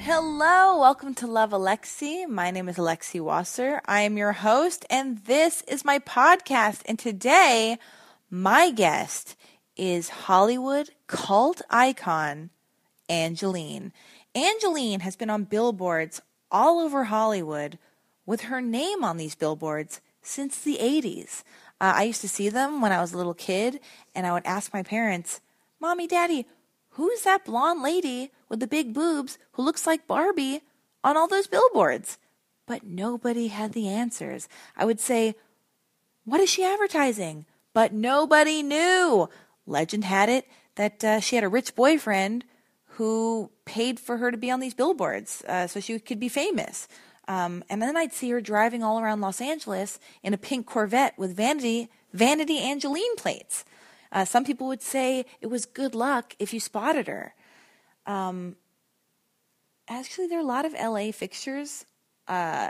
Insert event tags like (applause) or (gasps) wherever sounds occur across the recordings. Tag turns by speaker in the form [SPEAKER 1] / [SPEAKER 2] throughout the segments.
[SPEAKER 1] Hello, welcome to Love Alexi. My name is Alexi Wasser. I am your host, and this is my podcast. And today, my guest is Hollywood cult icon Angeline. Angeline has been on billboards all over Hollywood with her name on these billboards since the 80s. Uh, I used to see them when I was a little kid, and I would ask my parents, Mommy, Daddy, who's that blonde lady with the big boobs who looks like Barbie on all those billboards? But nobody had the answers. I would say, what is she advertising? But nobody knew. Legend had it that uh, she had a rich boyfriend who paid for her to be on these billboards uh, so she could be famous. Um, and then I'd see her driving all around Los Angeles in a pink Corvette with vanity, vanity Angeline plates. Uh, some people would say it was good luck if you spotted her Um, actually there are a lot of LA fixtures uh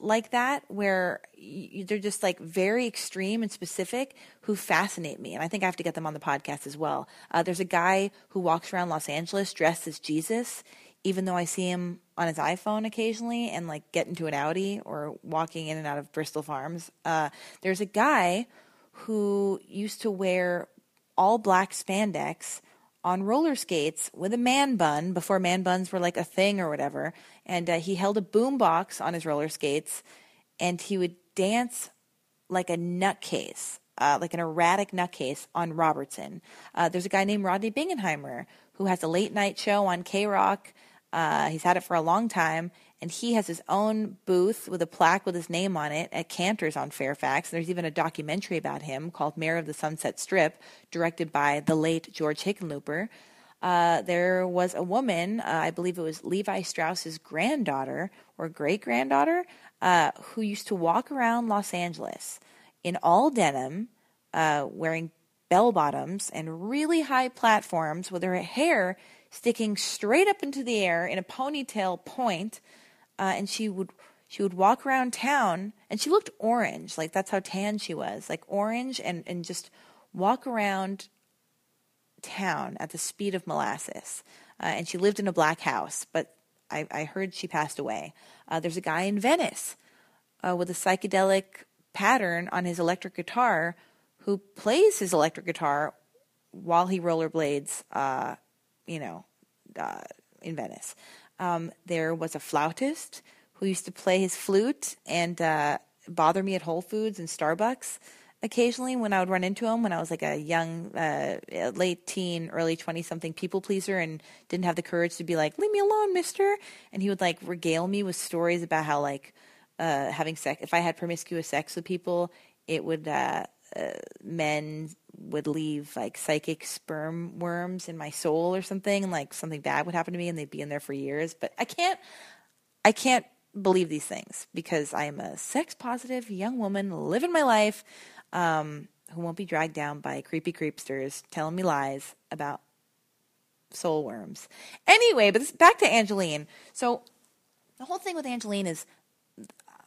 [SPEAKER 1] like that where y they're just like very extreme and specific who fascinate me and I think I have to get them on the podcast as well. Uh there's a guy who walks around Los Angeles dressed as Jesus even though I see him on his iPhone occasionally and like get into an Audi or walking in and out of Bristol Farms. Uh there's a guy who used to wear all black spandex on roller skates with a man bun before man buns were like a thing or whatever. And uh, he held a boom box on his roller skates and he would dance like a nutcase, uh, like an erratic nutcase on Robertson. Uh, there's a guy named Rodney Bingenheimer who has a late night show on K Rock. Uh, he's had it for a long time, and he has his own booth with a plaque with his name on it at Cantor's on Fairfax. And there's even a documentary about him called Mayor of the Sunset Strip, directed by the late George Hickenlooper. Uh, there was a woman, uh, I believe it was Levi Strauss's granddaughter or great granddaughter, uh, who used to walk around Los Angeles in all denim, uh, wearing bell bottoms and really high platforms with her hair sticking straight up into the air in a ponytail point. Uh, and she would she would walk around town and she looked orange, like that's how tan she was, like orange and, and just walk around town at the speed of molasses. Uh, and she lived in a black house, but I, I heard she passed away. Uh, there's a guy in Venice uh, with a psychedelic pattern on his electric guitar who plays his electric guitar while he rollerblades, uh, you know, uh, in Venice. Um, there was a flautist who used to play his flute and uh, bother me at Whole Foods and Starbucks occasionally when I would run into him when I was like a young, uh, late teen, early 20 something people pleaser and didn't have the courage to be like, leave me alone, mister. And he would like regale me with stories about how, like, uh, having sex, if I had promiscuous sex with people, it would, uh, uh, men would leave like psychic sperm worms in my soul or something, and like something bad would happen to me and they'd be in there for years. But I can't, I can't believe these things because I am a sex positive young woman living my life um, who won't be dragged down by creepy creepsters telling me lies about soul worms. Anyway, but this, back to Angeline. So the whole thing with Angeline is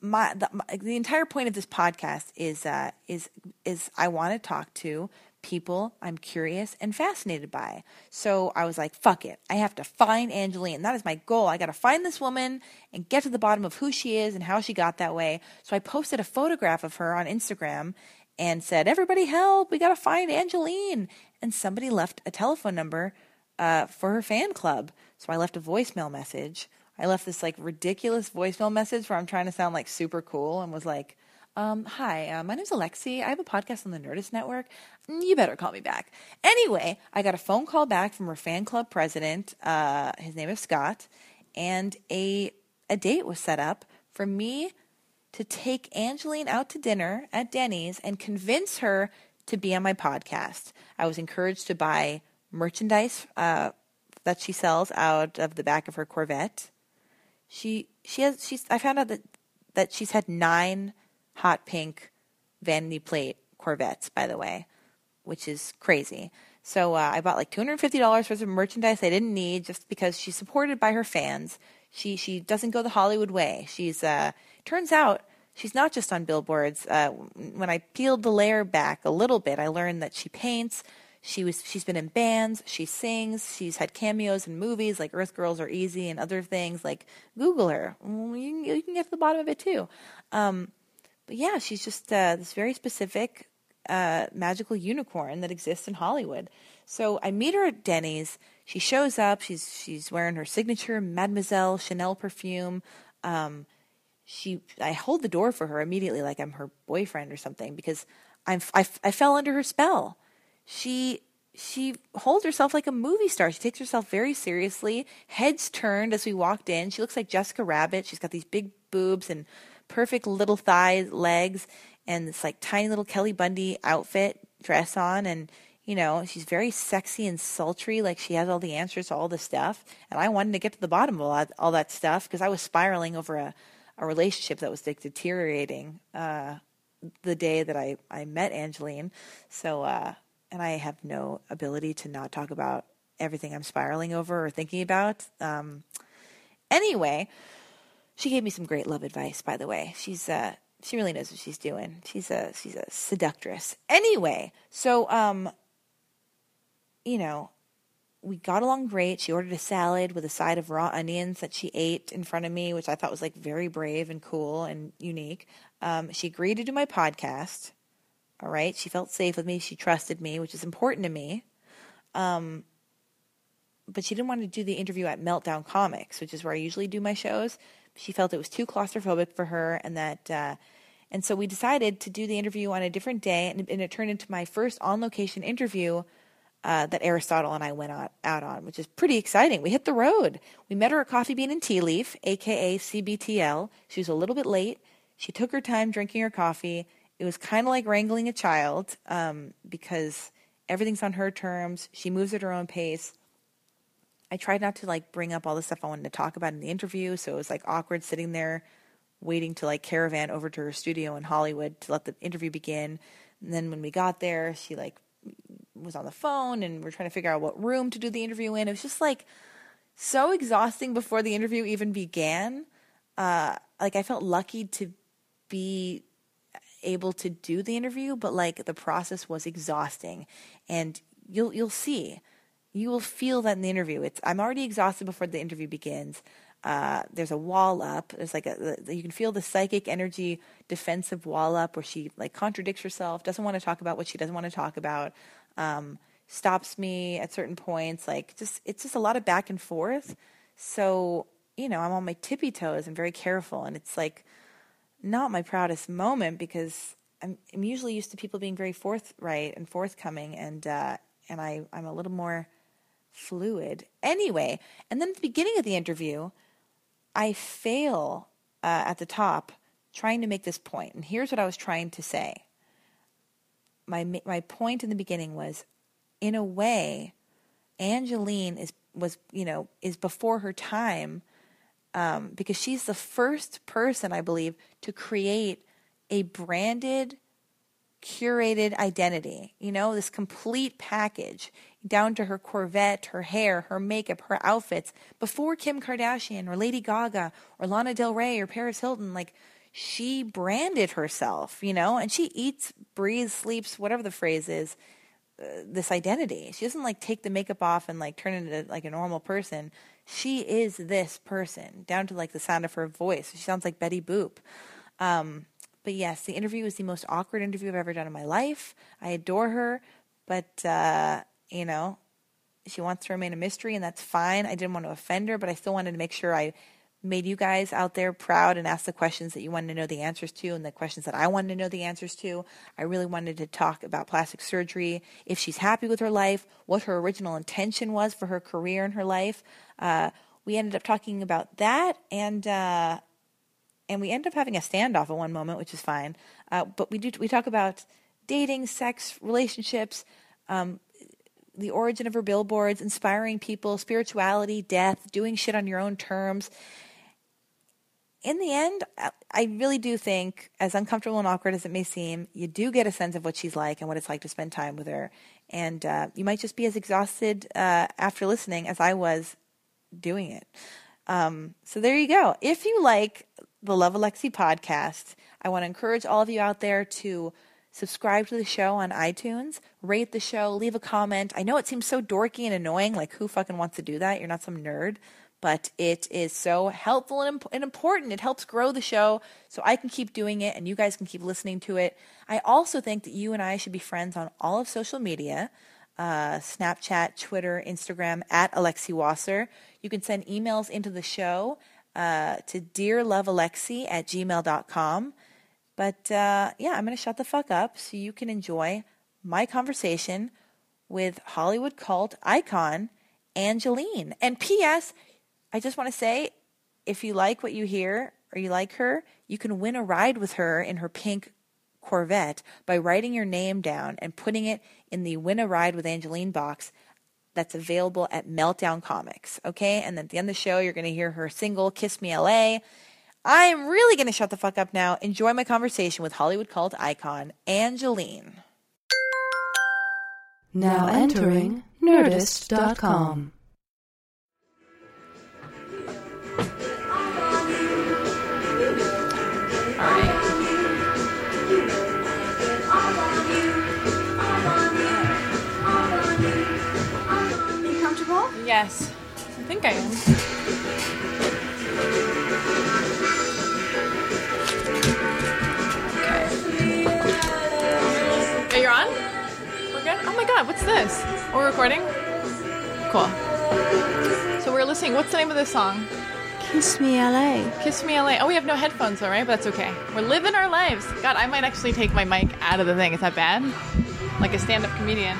[SPEAKER 1] my the, my, the entire point of this podcast is uh, is is I want to talk to people I'm curious and fascinated by. So I was like, fuck it, I have to find Angeline. That is my goal. I got to find this woman and get to the bottom of who she is and how she got that way. So I posted a photograph of her on Instagram and said, everybody help, we got to find Angeline. And somebody left a telephone number uh, for her fan club. So I left a voicemail message. I left this like ridiculous voicemail message where I'm trying to sound like super cool and was like, um, hi, uh, my name's Alexi. I have a podcast on the Nerdist Network. Mm, You better call me back. Anyway, I got a phone call back from her fan club president. Uh, his name is Scott, and a a date was set up for me to take Angeline out to dinner at Denny's and convince her to be on my podcast. I was encouraged to buy merchandise uh, that she sells out of the back of her Corvette. She she has she's I found out that that she's had nine hot pink vanity plate Corvettes, by the way, which is crazy. So uh, I bought like two hundred fifty dollars worth of merchandise I didn't need just because she's supported by her fans. She she doesn't go the Hollywood way. She's uh turns out she's not just on billboards. Uh, when I peeled the layer back a little bit, I learned that she paints. She was she's been in bands, she sings, she's had cameos in movies like Earth Girls Are Easy and other things. Like Google her, Mm, you can, you can get to the bottom of it too. Um, but yeah, she's just uh, this very specific uh, magical unicorn that exists in Hollywood. So I meet her at Denny's. She shows up. She's she's wearing her signature Mademoiselle Chanel perfume. Um, she I hold the door for her immediately, like I'm her boyfriend or something, because I'm I, I fell under her spell. She she holds herself like a movie star. She takes herself very seriously. Heads turned as we walked in. She looks like Jessica Rabbit. She's got these big boobs and perfect little thigh legs and this like tiny little Kelly Bundy outfit dress on and you know, she's very sexy and sultry, like she has all the answers to all this stuff. And I wanted to get to the bottom of all that, all that stuff because I was spiraling over a, a relationship that was like deteriorating uh, the day that I, I met Angeline. So, uh, and I have no ability to not talk about everything I'm spiraling over or thinking about. Um, anyway, she gave me some great love advice, by the way. She's uh she really knows what she's doing. She's a she's a seductress. Anyway, so um you know, we got along great. She ordered a salad with a side of raw onions that she ate in front of me, which I thought was like very brave and cool and unique. Um, she agreed to do my podcast. All right. She felt safe with me. She trusted me, which is important to me. Um, but she didn't want to do the interview at Meltdown Comics, which is where I usually do my shows. She felt it was too claustrophobic for her, and that, uh, and so we decided to do the interview on a different day, and, and it turned into my first on location interview uh, that Aristotle and I went on, out on, which is pretty exciting. We hit the road. We met her at Coffee Bean and Tea Leaf, aka CBTL. She was a little bit late. She took her time drinking her coffee. It was kind of like wrangling a child um, because everything's on her terms. She moves at her own pace. I tried not to like bring up all the stuff I wanted to talk about in the interview, so it was like awkward sitting there waiting to like caravan over to her studio in Hollywood to let the interview begin. And then when we got there, she like was on the phone and we're trying to figure out what room to do the interview in. It was just like so exhausting before the interview even began. Uh like I felt lucky to be able to do the interview, but like the process was exhausting. And you'll you'll see you will feel that in the interview. It's I'm already exhausted before the interview begins. Uh, there's a wall up. There's like a the- you can feel the psychic energy defensive wall up where she like contradicts herself, doesn't want to talk about what she doesn't want to talk about, um, stops me at certain points. Like just it's just a lot of back and forth. So you know I'm on my tippy toes. I'm very careful, and it's like not my proudest moment because I'm, I'm usually used to people being very forthright and forthcoming, and uh, and I I'm a little more fluid anyway. And then at the beginning of the interview, I fail uh, at the top trying to make this point. And here's what I was trying to say. My ma- my point in the beginning was, in a way, Angeline is was you know is before her time um, because she's the first person, I believe, to create a branded, curated identity. You know, this complete package down to her Corvette, her hair, her makeup, her outfits. Before Kim Kardashian or Lady Gaga or Lana Del Rey or Paris Hilton, like she branded herself, you know, and she eats, breathes, sleeps, whatever the phrase is, this identity. She doesn't like take the makeup off and like turn into like a normal person. She is this person down to like the sound of her voice. She sounds like Betty Boop. Um, but yes, the interview was the most awkward interview I've ever done in my life. I adore her, but uh, you know, she wants to remain a mystery, and that's fine. I didn't want to offend her, but I still wanted to make sure I made you guys out there proud and asked the questions that you wanted to know the answers to and the questions that I wanted to know the answers to. I really wanted to talk about plastic surgery, if she's happy with her life, what her original intention was for her career and her life. Uh, we ended up talking about that and uh, and we end up having a standoff at one moment, which is fine. Uh, but we do we talk about dating, sex, relationships, the origin of her billboards, inspiring people, spirituality, death, doing shit on your own terms. In the end, I- I really do think, as uncomfortable and awkward as it may seem, you do get a sense of what she's like and what it's like to spend time with her. And uh, you might just be as exhausted uh, after listening as I was doing it. Um, so there you go. If you like the Love Alexi podcast, I want to encourage all of you out there to subscribe to the show on iTunes, rate the show, leave a comment. I know it seems so dorky and annoying. Like, who fucking wants to do that? You're not some nerd. But it is so helpful and, imp- and important. It helps grow the show so I can keep doing it and you guys can keep listening to it. I also think that you and I should be friends on all of social media uh, Snapchat, Twitter, Instagram, at Alexi Wasser. You can send emails into the show uh, to dearlovealexi at gmail.com. But uh, yeah, I'm going to shut the fuck up so you can enjoy my conversation with Hollywood cult icon Angeline. And P.S., I just want to say if you like what you hear or you like her, you can win a ride with her in her pink Corvette by writing your name down and putting it in the Win a Ride with Angeline box that's available at Meltdown Comics. Okay? And then at the end of the show, you're going to hear her single, Kiss Me LA. I am really going to shut the fuck up now. Enjoy my conversation with Hollywood cult icon Angeline.
[SPEAKER 2] Now entering Nerdist.com.
[SPEAKER 1] All right.
[SPEAKER 3] You comfortable?
[SPEAKER 4] Yes, I think I am. Okay, you're on. We're good. Oh my God, what's this? We're recording. Cool. So we're listening. What's the name of this song?
[SPEAKER 3] Kiss me, LA.
[SPEAKER 4] Kiss Me LA. Oh, we have no headphones, all right, but that's okay. We're living our lives. God, I might actually take my mic out of the thing. Is that bad? Like a stand up comedian.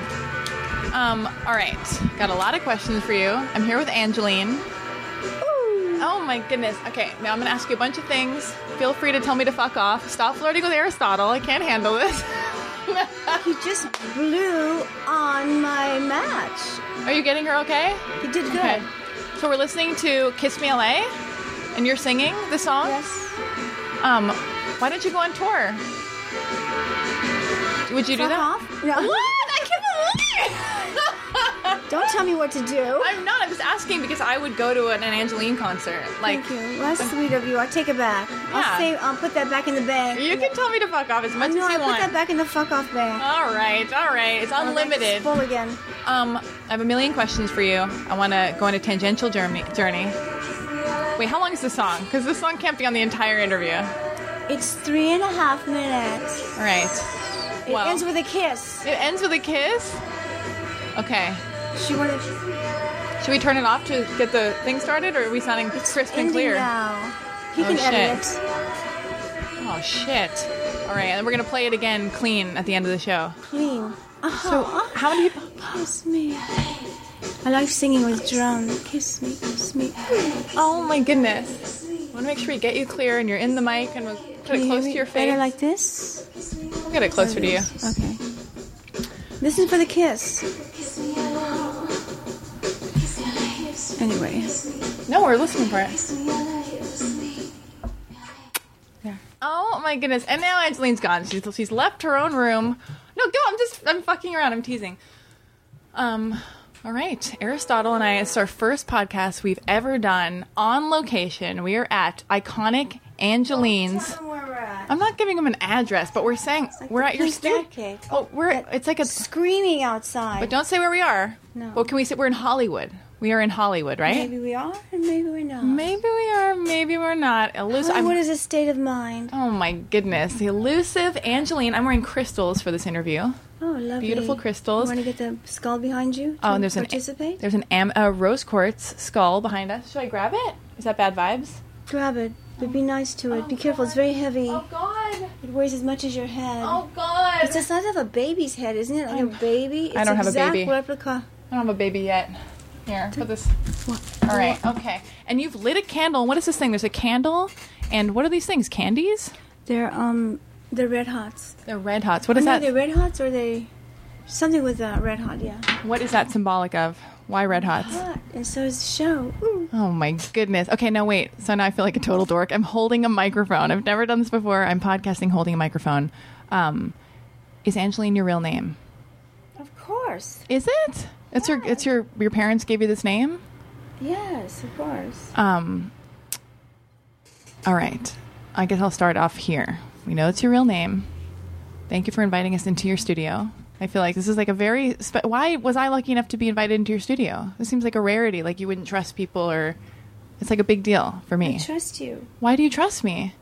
[SPEAKER 4] Um, all right. Got a lot of questions for you. I'm here with Angeline. Oh my goodness. Okay, now I'm gonna ask you a bunch of things. Feel free to tell me to fuck off. Stop flirting with Aristotle. I can't handle this.
[SPEAKER 3] He just blew on my match.
[SPEAKER 4] Are you getting her okay?
[SPEAKER 3] He did good.
[SPEAKER 4] Okay. So we're listening to Kiss Me LA and you're singing the song?
[SPEAKER 3] Yes.
[SPEAKER 4] Um, why don't you go on tour? Would you do
[SPEAKER 3] Fuck
[SPEAKER 4] that?
[SPEAKER 3] off? No.
[SPEAKER 4] (laughs) What? I can't believe.
[SPEAKER 3] Don't tell me what to do.
[SPEAKER 4] (laughs) I'm not. I'm just asking because I would go to an, an Angeline concert. Like,
[SPEAKER 3] Thank you. That's sweet of you. I'll take it back. I'll
[SPEAKER 4] Yeah.
[SPEAKER 3] say I'll put that back in the bag.
[SPEAKER 4] you can tell me to fuck off as much
[SPEAKER 3] no,
[SPEAKER 4] as
[SPEAKER 3] I
[SPEAKER 4] you
[SPEAKER 3] put
[SPEAKER 4] want.
[SPEAKER 3] that back in the fuck off bag.
[SPEAKER 4] All right, all right. It's
[SPEAKER 3] I'll, like,
[SPEAKER 4] unlimited.
[SPEAKER 3] Full again.
[SPEAKER 4] Um, I have a million questions for you. I want to go on a tangential journey. Journey. Wait, how long is the song? Because this song can't be on the entire interview. All
[SPEAKER 3] It's three and a half minutes.
[SPEAKER 4] right.
[SPEAKER 3] It
[SPEAKER 4] Wow.
[SPEAKER 3] ends with a kiss.
[SPEAKER 4] It ends with a kiss. Okay.
[SPEAKER 3] She wanted.
[SPEAKER 4] Should we turn it off to get the thing started, or are we sounding
[SPEAKER 3] It's
[SPEAKER 4] crisp and
[SPEAKER 3] ending
[SPEAKER 4] clear?
[SPEAKER 3] now. He
[SPEAKER 4] Oh,
[SPEAKER 3] can edit it.
[SPEAKER 4] shit. Oh shit! All right, and we're gonna play it again, clean at the end of the show.
[SPEAKER 3] Clean. Uh-huh.
[SPEAKER 4] So how many people?
[SPEAKER 3] Kiss me. I like singing with drums. Kiss me, kiss me.
[SPEAKER 4] Oh my goodness! I want to make sure we get you clear and you're in the mic and we'll put
[SPEAKER 3] Can
[SPEAKER 4] it
[SPEAKER 3] you hear
[SPEAKER 4] close to
[SPEAKER 3] me
[SPEAKER 4] your
[SPEAKER 3] Better
[SPEAKER 4] face.
[SPEAKER 3] like this?
[SPEAKER 4] we'll get it closer to you.
[SPEAKER 3] Okay. This is for the kiss. Anyway.
[SPEAKER 4] No, we're listening for it. Oh my goodness! And now Angeline's gone. She's she's left her own room. No, go. I'm just I'm fucking around. I'm teasing. Um. All right, Aristotle and I. It's our first podcast we've ever done on location. We are at iconic Angeline's. I'm not giving them an address, but we're saying
[SPEAKER 3] like
[SPEAKER 4] we're
[SPEAKER 3] the
[SPEAKER 4] at your
[SPEAKER 3] pink
[SPEAKER 4] studio.
[SPEAKER 3] jacket.
[SPEAKER 4] Oh, we're it's like a.
[SPEAKER 3] Screaming outside.
[SPEAKER 4] But don't say where we are.
[SPEAKER 3] No.
[SPEAKER 4] Well, can we say we're in Hollywood? We are in Hollywood, right?
[SPEAKER 3] Maybe we are, and maybe we're not.
[SPEAKER 4] Maybe we are. Maybe we're not. Elusive.
[SPEAKER 3] What
[SPEAKER 4] I'm,
[SPEAKER 3] is a state of mind?
[SPEAKER 4] oh my goodness, the elusive Angeline. I'm wearing crystals for this interview.
[SPEAKER 3] Oh, lovely.
[SPEAKER 4] Beautiful crystals.
[SPEAKER 3] You want to get the skull behind you? To
[SPEAKER 4] Oh, and there's an
[SPEAKER 3] participate?
[SPEAKER 4] there's an am, uh, rose quartz skull behind us. Should I grab it? Is that bad vibes?
[SPEAKER 3] Grab it, but be nice to it. be careful, it's very heavy.
[SPEAKER 4] God!
[SPEAKER 3] It weighs as much as your head.
[SPEAKER 4] God!
[SPEAKER 3] It's the size of a baby's head, isn't it? Like a baby. It's
[SPEAKER 4] I don't have a
[SPEAKER 3] exact
[SPEAKER 4] baby.
[SPEAKER 3] replica.
[SPEAKER 4] I don't have a baby yet. Here, put this. All right, okay. And you've lit a candle. What is this thing? There's a candle, and what are these things? Candies?
[SPEAKER 3] They're um, they're red hots.
[SPEAKER 4] They're red hots. What is
[SPEAKER 3] no,
[SPEAKER 4] that?
[SPEAKER 3] they're red hots or they something with uh, red hot, yeah.
[SPEAKER 4] What is that symbolic of? Why red hots?
[SPEAKER 3] Hot, and so is the show. Ooh.
[SPEAKER 4] Oh my goodness. Okay, no wait. So now I feel like a total dork. I'm holding a microphone. I've never done this before. I'm podcasting holding a microphone. Um, is Angeline your real name?
[SPEAKER 3] Of course,
[SPEAKER 4] Is it? It's your. It's your. Your parents gave you this name.
[SPEAKER 3] yes, of course.
[SPEAKER 4] Um, all right. I guess I'll start off here. We know it's your real name. Thank you for inviting us into your studio. I feel like this is like a very spe- why was I lucky enough to be invited into your studio? This seems like a rarity. Like you wouldn't trust people, or it's like a big deal for me.
[SPEAKER 3] I trust you.
[SPEAKER 4] why do you trust me?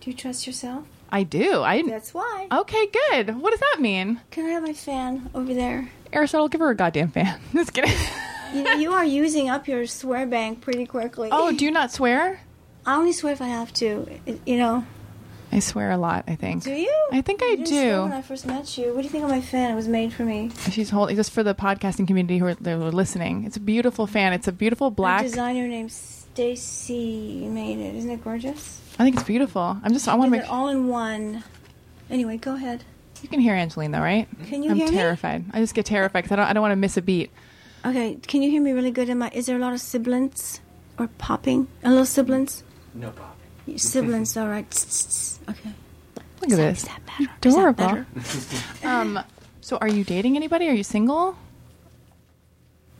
[SPEAKER 3] Do you trust yourself?
[SPEAKER 4] I do. I
[SPEAKER 3] That's why.
[SPEAKER 4] okay. Good. What does that mean?
[SPEAKER 3] Can I have my fan over there?
[SPEAKER 4] Aristotle, give her a goddamn fan. (laughs) Just kidding.
[SPEAKER 3] You, you are using up your swear bank pretty quickly.
[SPEAKER 4] (laughs) oh, do you not swear?
[SPEAKER 3] I only swear if I have to. i- You know.
[SPEAKER 4] I swear a lot. I think.
[SPEAKER 3] Do you?
[SPEAKER 4] I think I
[SPEAKER 3] You didn't
[SPEAKER 4] do.
[SPEAKER 3] swear When I first met you, what do you think of my fan? It was made for me.
[SPEAKER 4] She's holding just for the podcasting community who are, that are listening. It's a beautiful fan. It's a beautiful
[SPEAKER 3] A
[SPEAKER 4] black.
[SPEAKER 3] designer named Stacy made it. Isn't it gorgeous?
[SPEAKER 4] I think it's beautiful. I'm just. I want to
[SPEAKER 3] Is
[SPEAKER 4] make.
[SPEAKER 3] it all in one? Anyway, go ahead.
[SPEAKER 4] you can hear Angeline though, right?
[SPEAKER 3] Can you
[SPEAKER 4] I'm
[SPEAKER 3] hear me?
[SPEAKER 4] terrified. I just get terrified because I don't. I don't want to miss a beat.
[SPEAKER 3] Okay, can you hear me really good? Am I? Is there a lot of sibilance or popping? A little sibilance?
[SPEAKER 5] No problem.
[SPEAKER 3] Sibilance, all right. Okay.
[SPEAKER 4] Look
[SPEAKER 3] Is
[SPEAKER 4] at this.
[SPEAKER 3] that better? Is that
[SPEAKER 4] Adorable.
[SPEAKER 3] better? (laughs)
[SPEAKER 4] um. So, are you dating anybody? Are you single?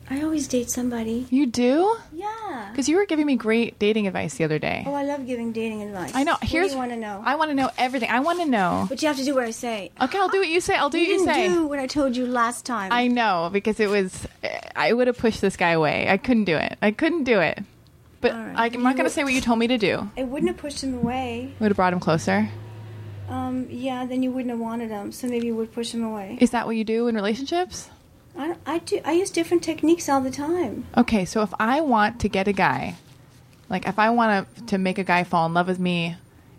[SPEAKER 3] I always date somebody.
[SPEAKER 4] You do?
[SPEAKER 3] Yeah.
[SPEAKER 4] Because you were giving me great dating advice the other day.
[SPEAKER 3] Oh, I love giving dating advice.
[SPEAKER 4] I know.
[SPEAKER 3] What do
[SPEAKER 4] Here's
[SPEAKER 3] you want to know.
[SPEAKER 4] I want to know everything. I want to know.
[SPEAKER 3] but you have to do what I say.
[SPEAKER 4] Okay, I'll do what you say. I'll do
[SPEAKER 3] You
[SPEAKER 4] what you
[SPEAKER 3] didn't
[SPEAKER 4] say.
[SPEAKER 3] do what I told you last time.
[SPEAKER 4] I know because it was. I would have pushed this guy away. I couldn't do it. I couldn't do it. But
[SPEAKER 3] All right.
[SPEAKER 4] I, am not
[SPEAKER 3] You
[SPEAKER 4] going to
[SPEAKER 3] would-
[SPEAKER 4] say what you told me to do.
[SPEAKER 3] I wouldn't have pushed him away.
[SPEAKER 4] Would have brought him closer.
[SPEAKER 3] Um, yeah, then you wouldn't have wanted him, so maybe you would push him away.
[SPEAKER 4] Is that what you do in relationships?
[SPEAKER 3] I, don't- I do. I use different techniques all the time.
[SPEAKER 4] Okay, so if I want to get a guy, like if I want to to make a guy fall in love with me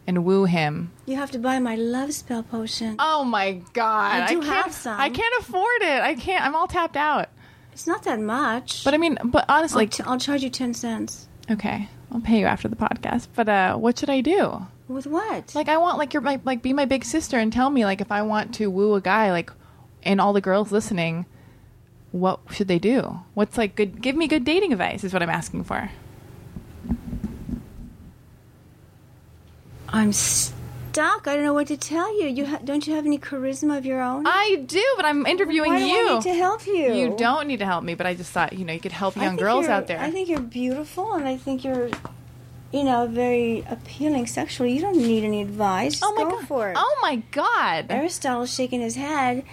[SPEAKER 4] and woo him.
[SPEAKER 3] You have to buy my love spell potion.
[SPEAKER 4] Oh my god!
[SPEAKER 3] I do
[SPEAKER 4] can't,
[SPEAKER 3] have some.
[SPEAKER 4] I can't afford it. I can't. I'm all tapped out.
[SPEAKER 3] It's not that much.
[SPEAKER 4] But I mean, but honestly,
[SPEAKER 3] I'll, t- I'll charge you ten cents.
[SPEAKER 4] okay, I'll pay you after the podcast. But uh, what should I do?
[SPEAKER 3] With what?
[SPEAKER 4] Like I want like your my like be my big sister and tell me like if I want to woo a guy like and all the girls listening, what should they do? What's like good give me good dating advice is what I'm asking for.
[SPEAKER 3] I'm stuck. I don't know what to tell you. You ha- don't you have any charisma of your own?
[SPEAKER 4] I do, but I'm interviewing
[SPEAKER 3] Why do
[SPEAKER 4] you.
[SPEAKER 3] I need to help you?
[SPEAKER 4] You don't need to help me, but I just thought, you know, you could help
[SPEAKER 3] I
[SPEAKER 4] young
[SPEAKER 3] think
[SPEAKER 4] girls
[SPEAKER 3] you're-
[SPEAKER 4] out there.
[SPEAKER 3] I think you're beautiful, and I think you're, you know, very appealing sexually. You don't need any advice. Just
[SPEAKER 4] oh my
[SPEAKER 3] go
[SPEAKER 4] god.
[SPEAKER 3] for it.
[SPEAKER 4] Oh my god.
[SPEAKER 3] Aristotle's shaking his head.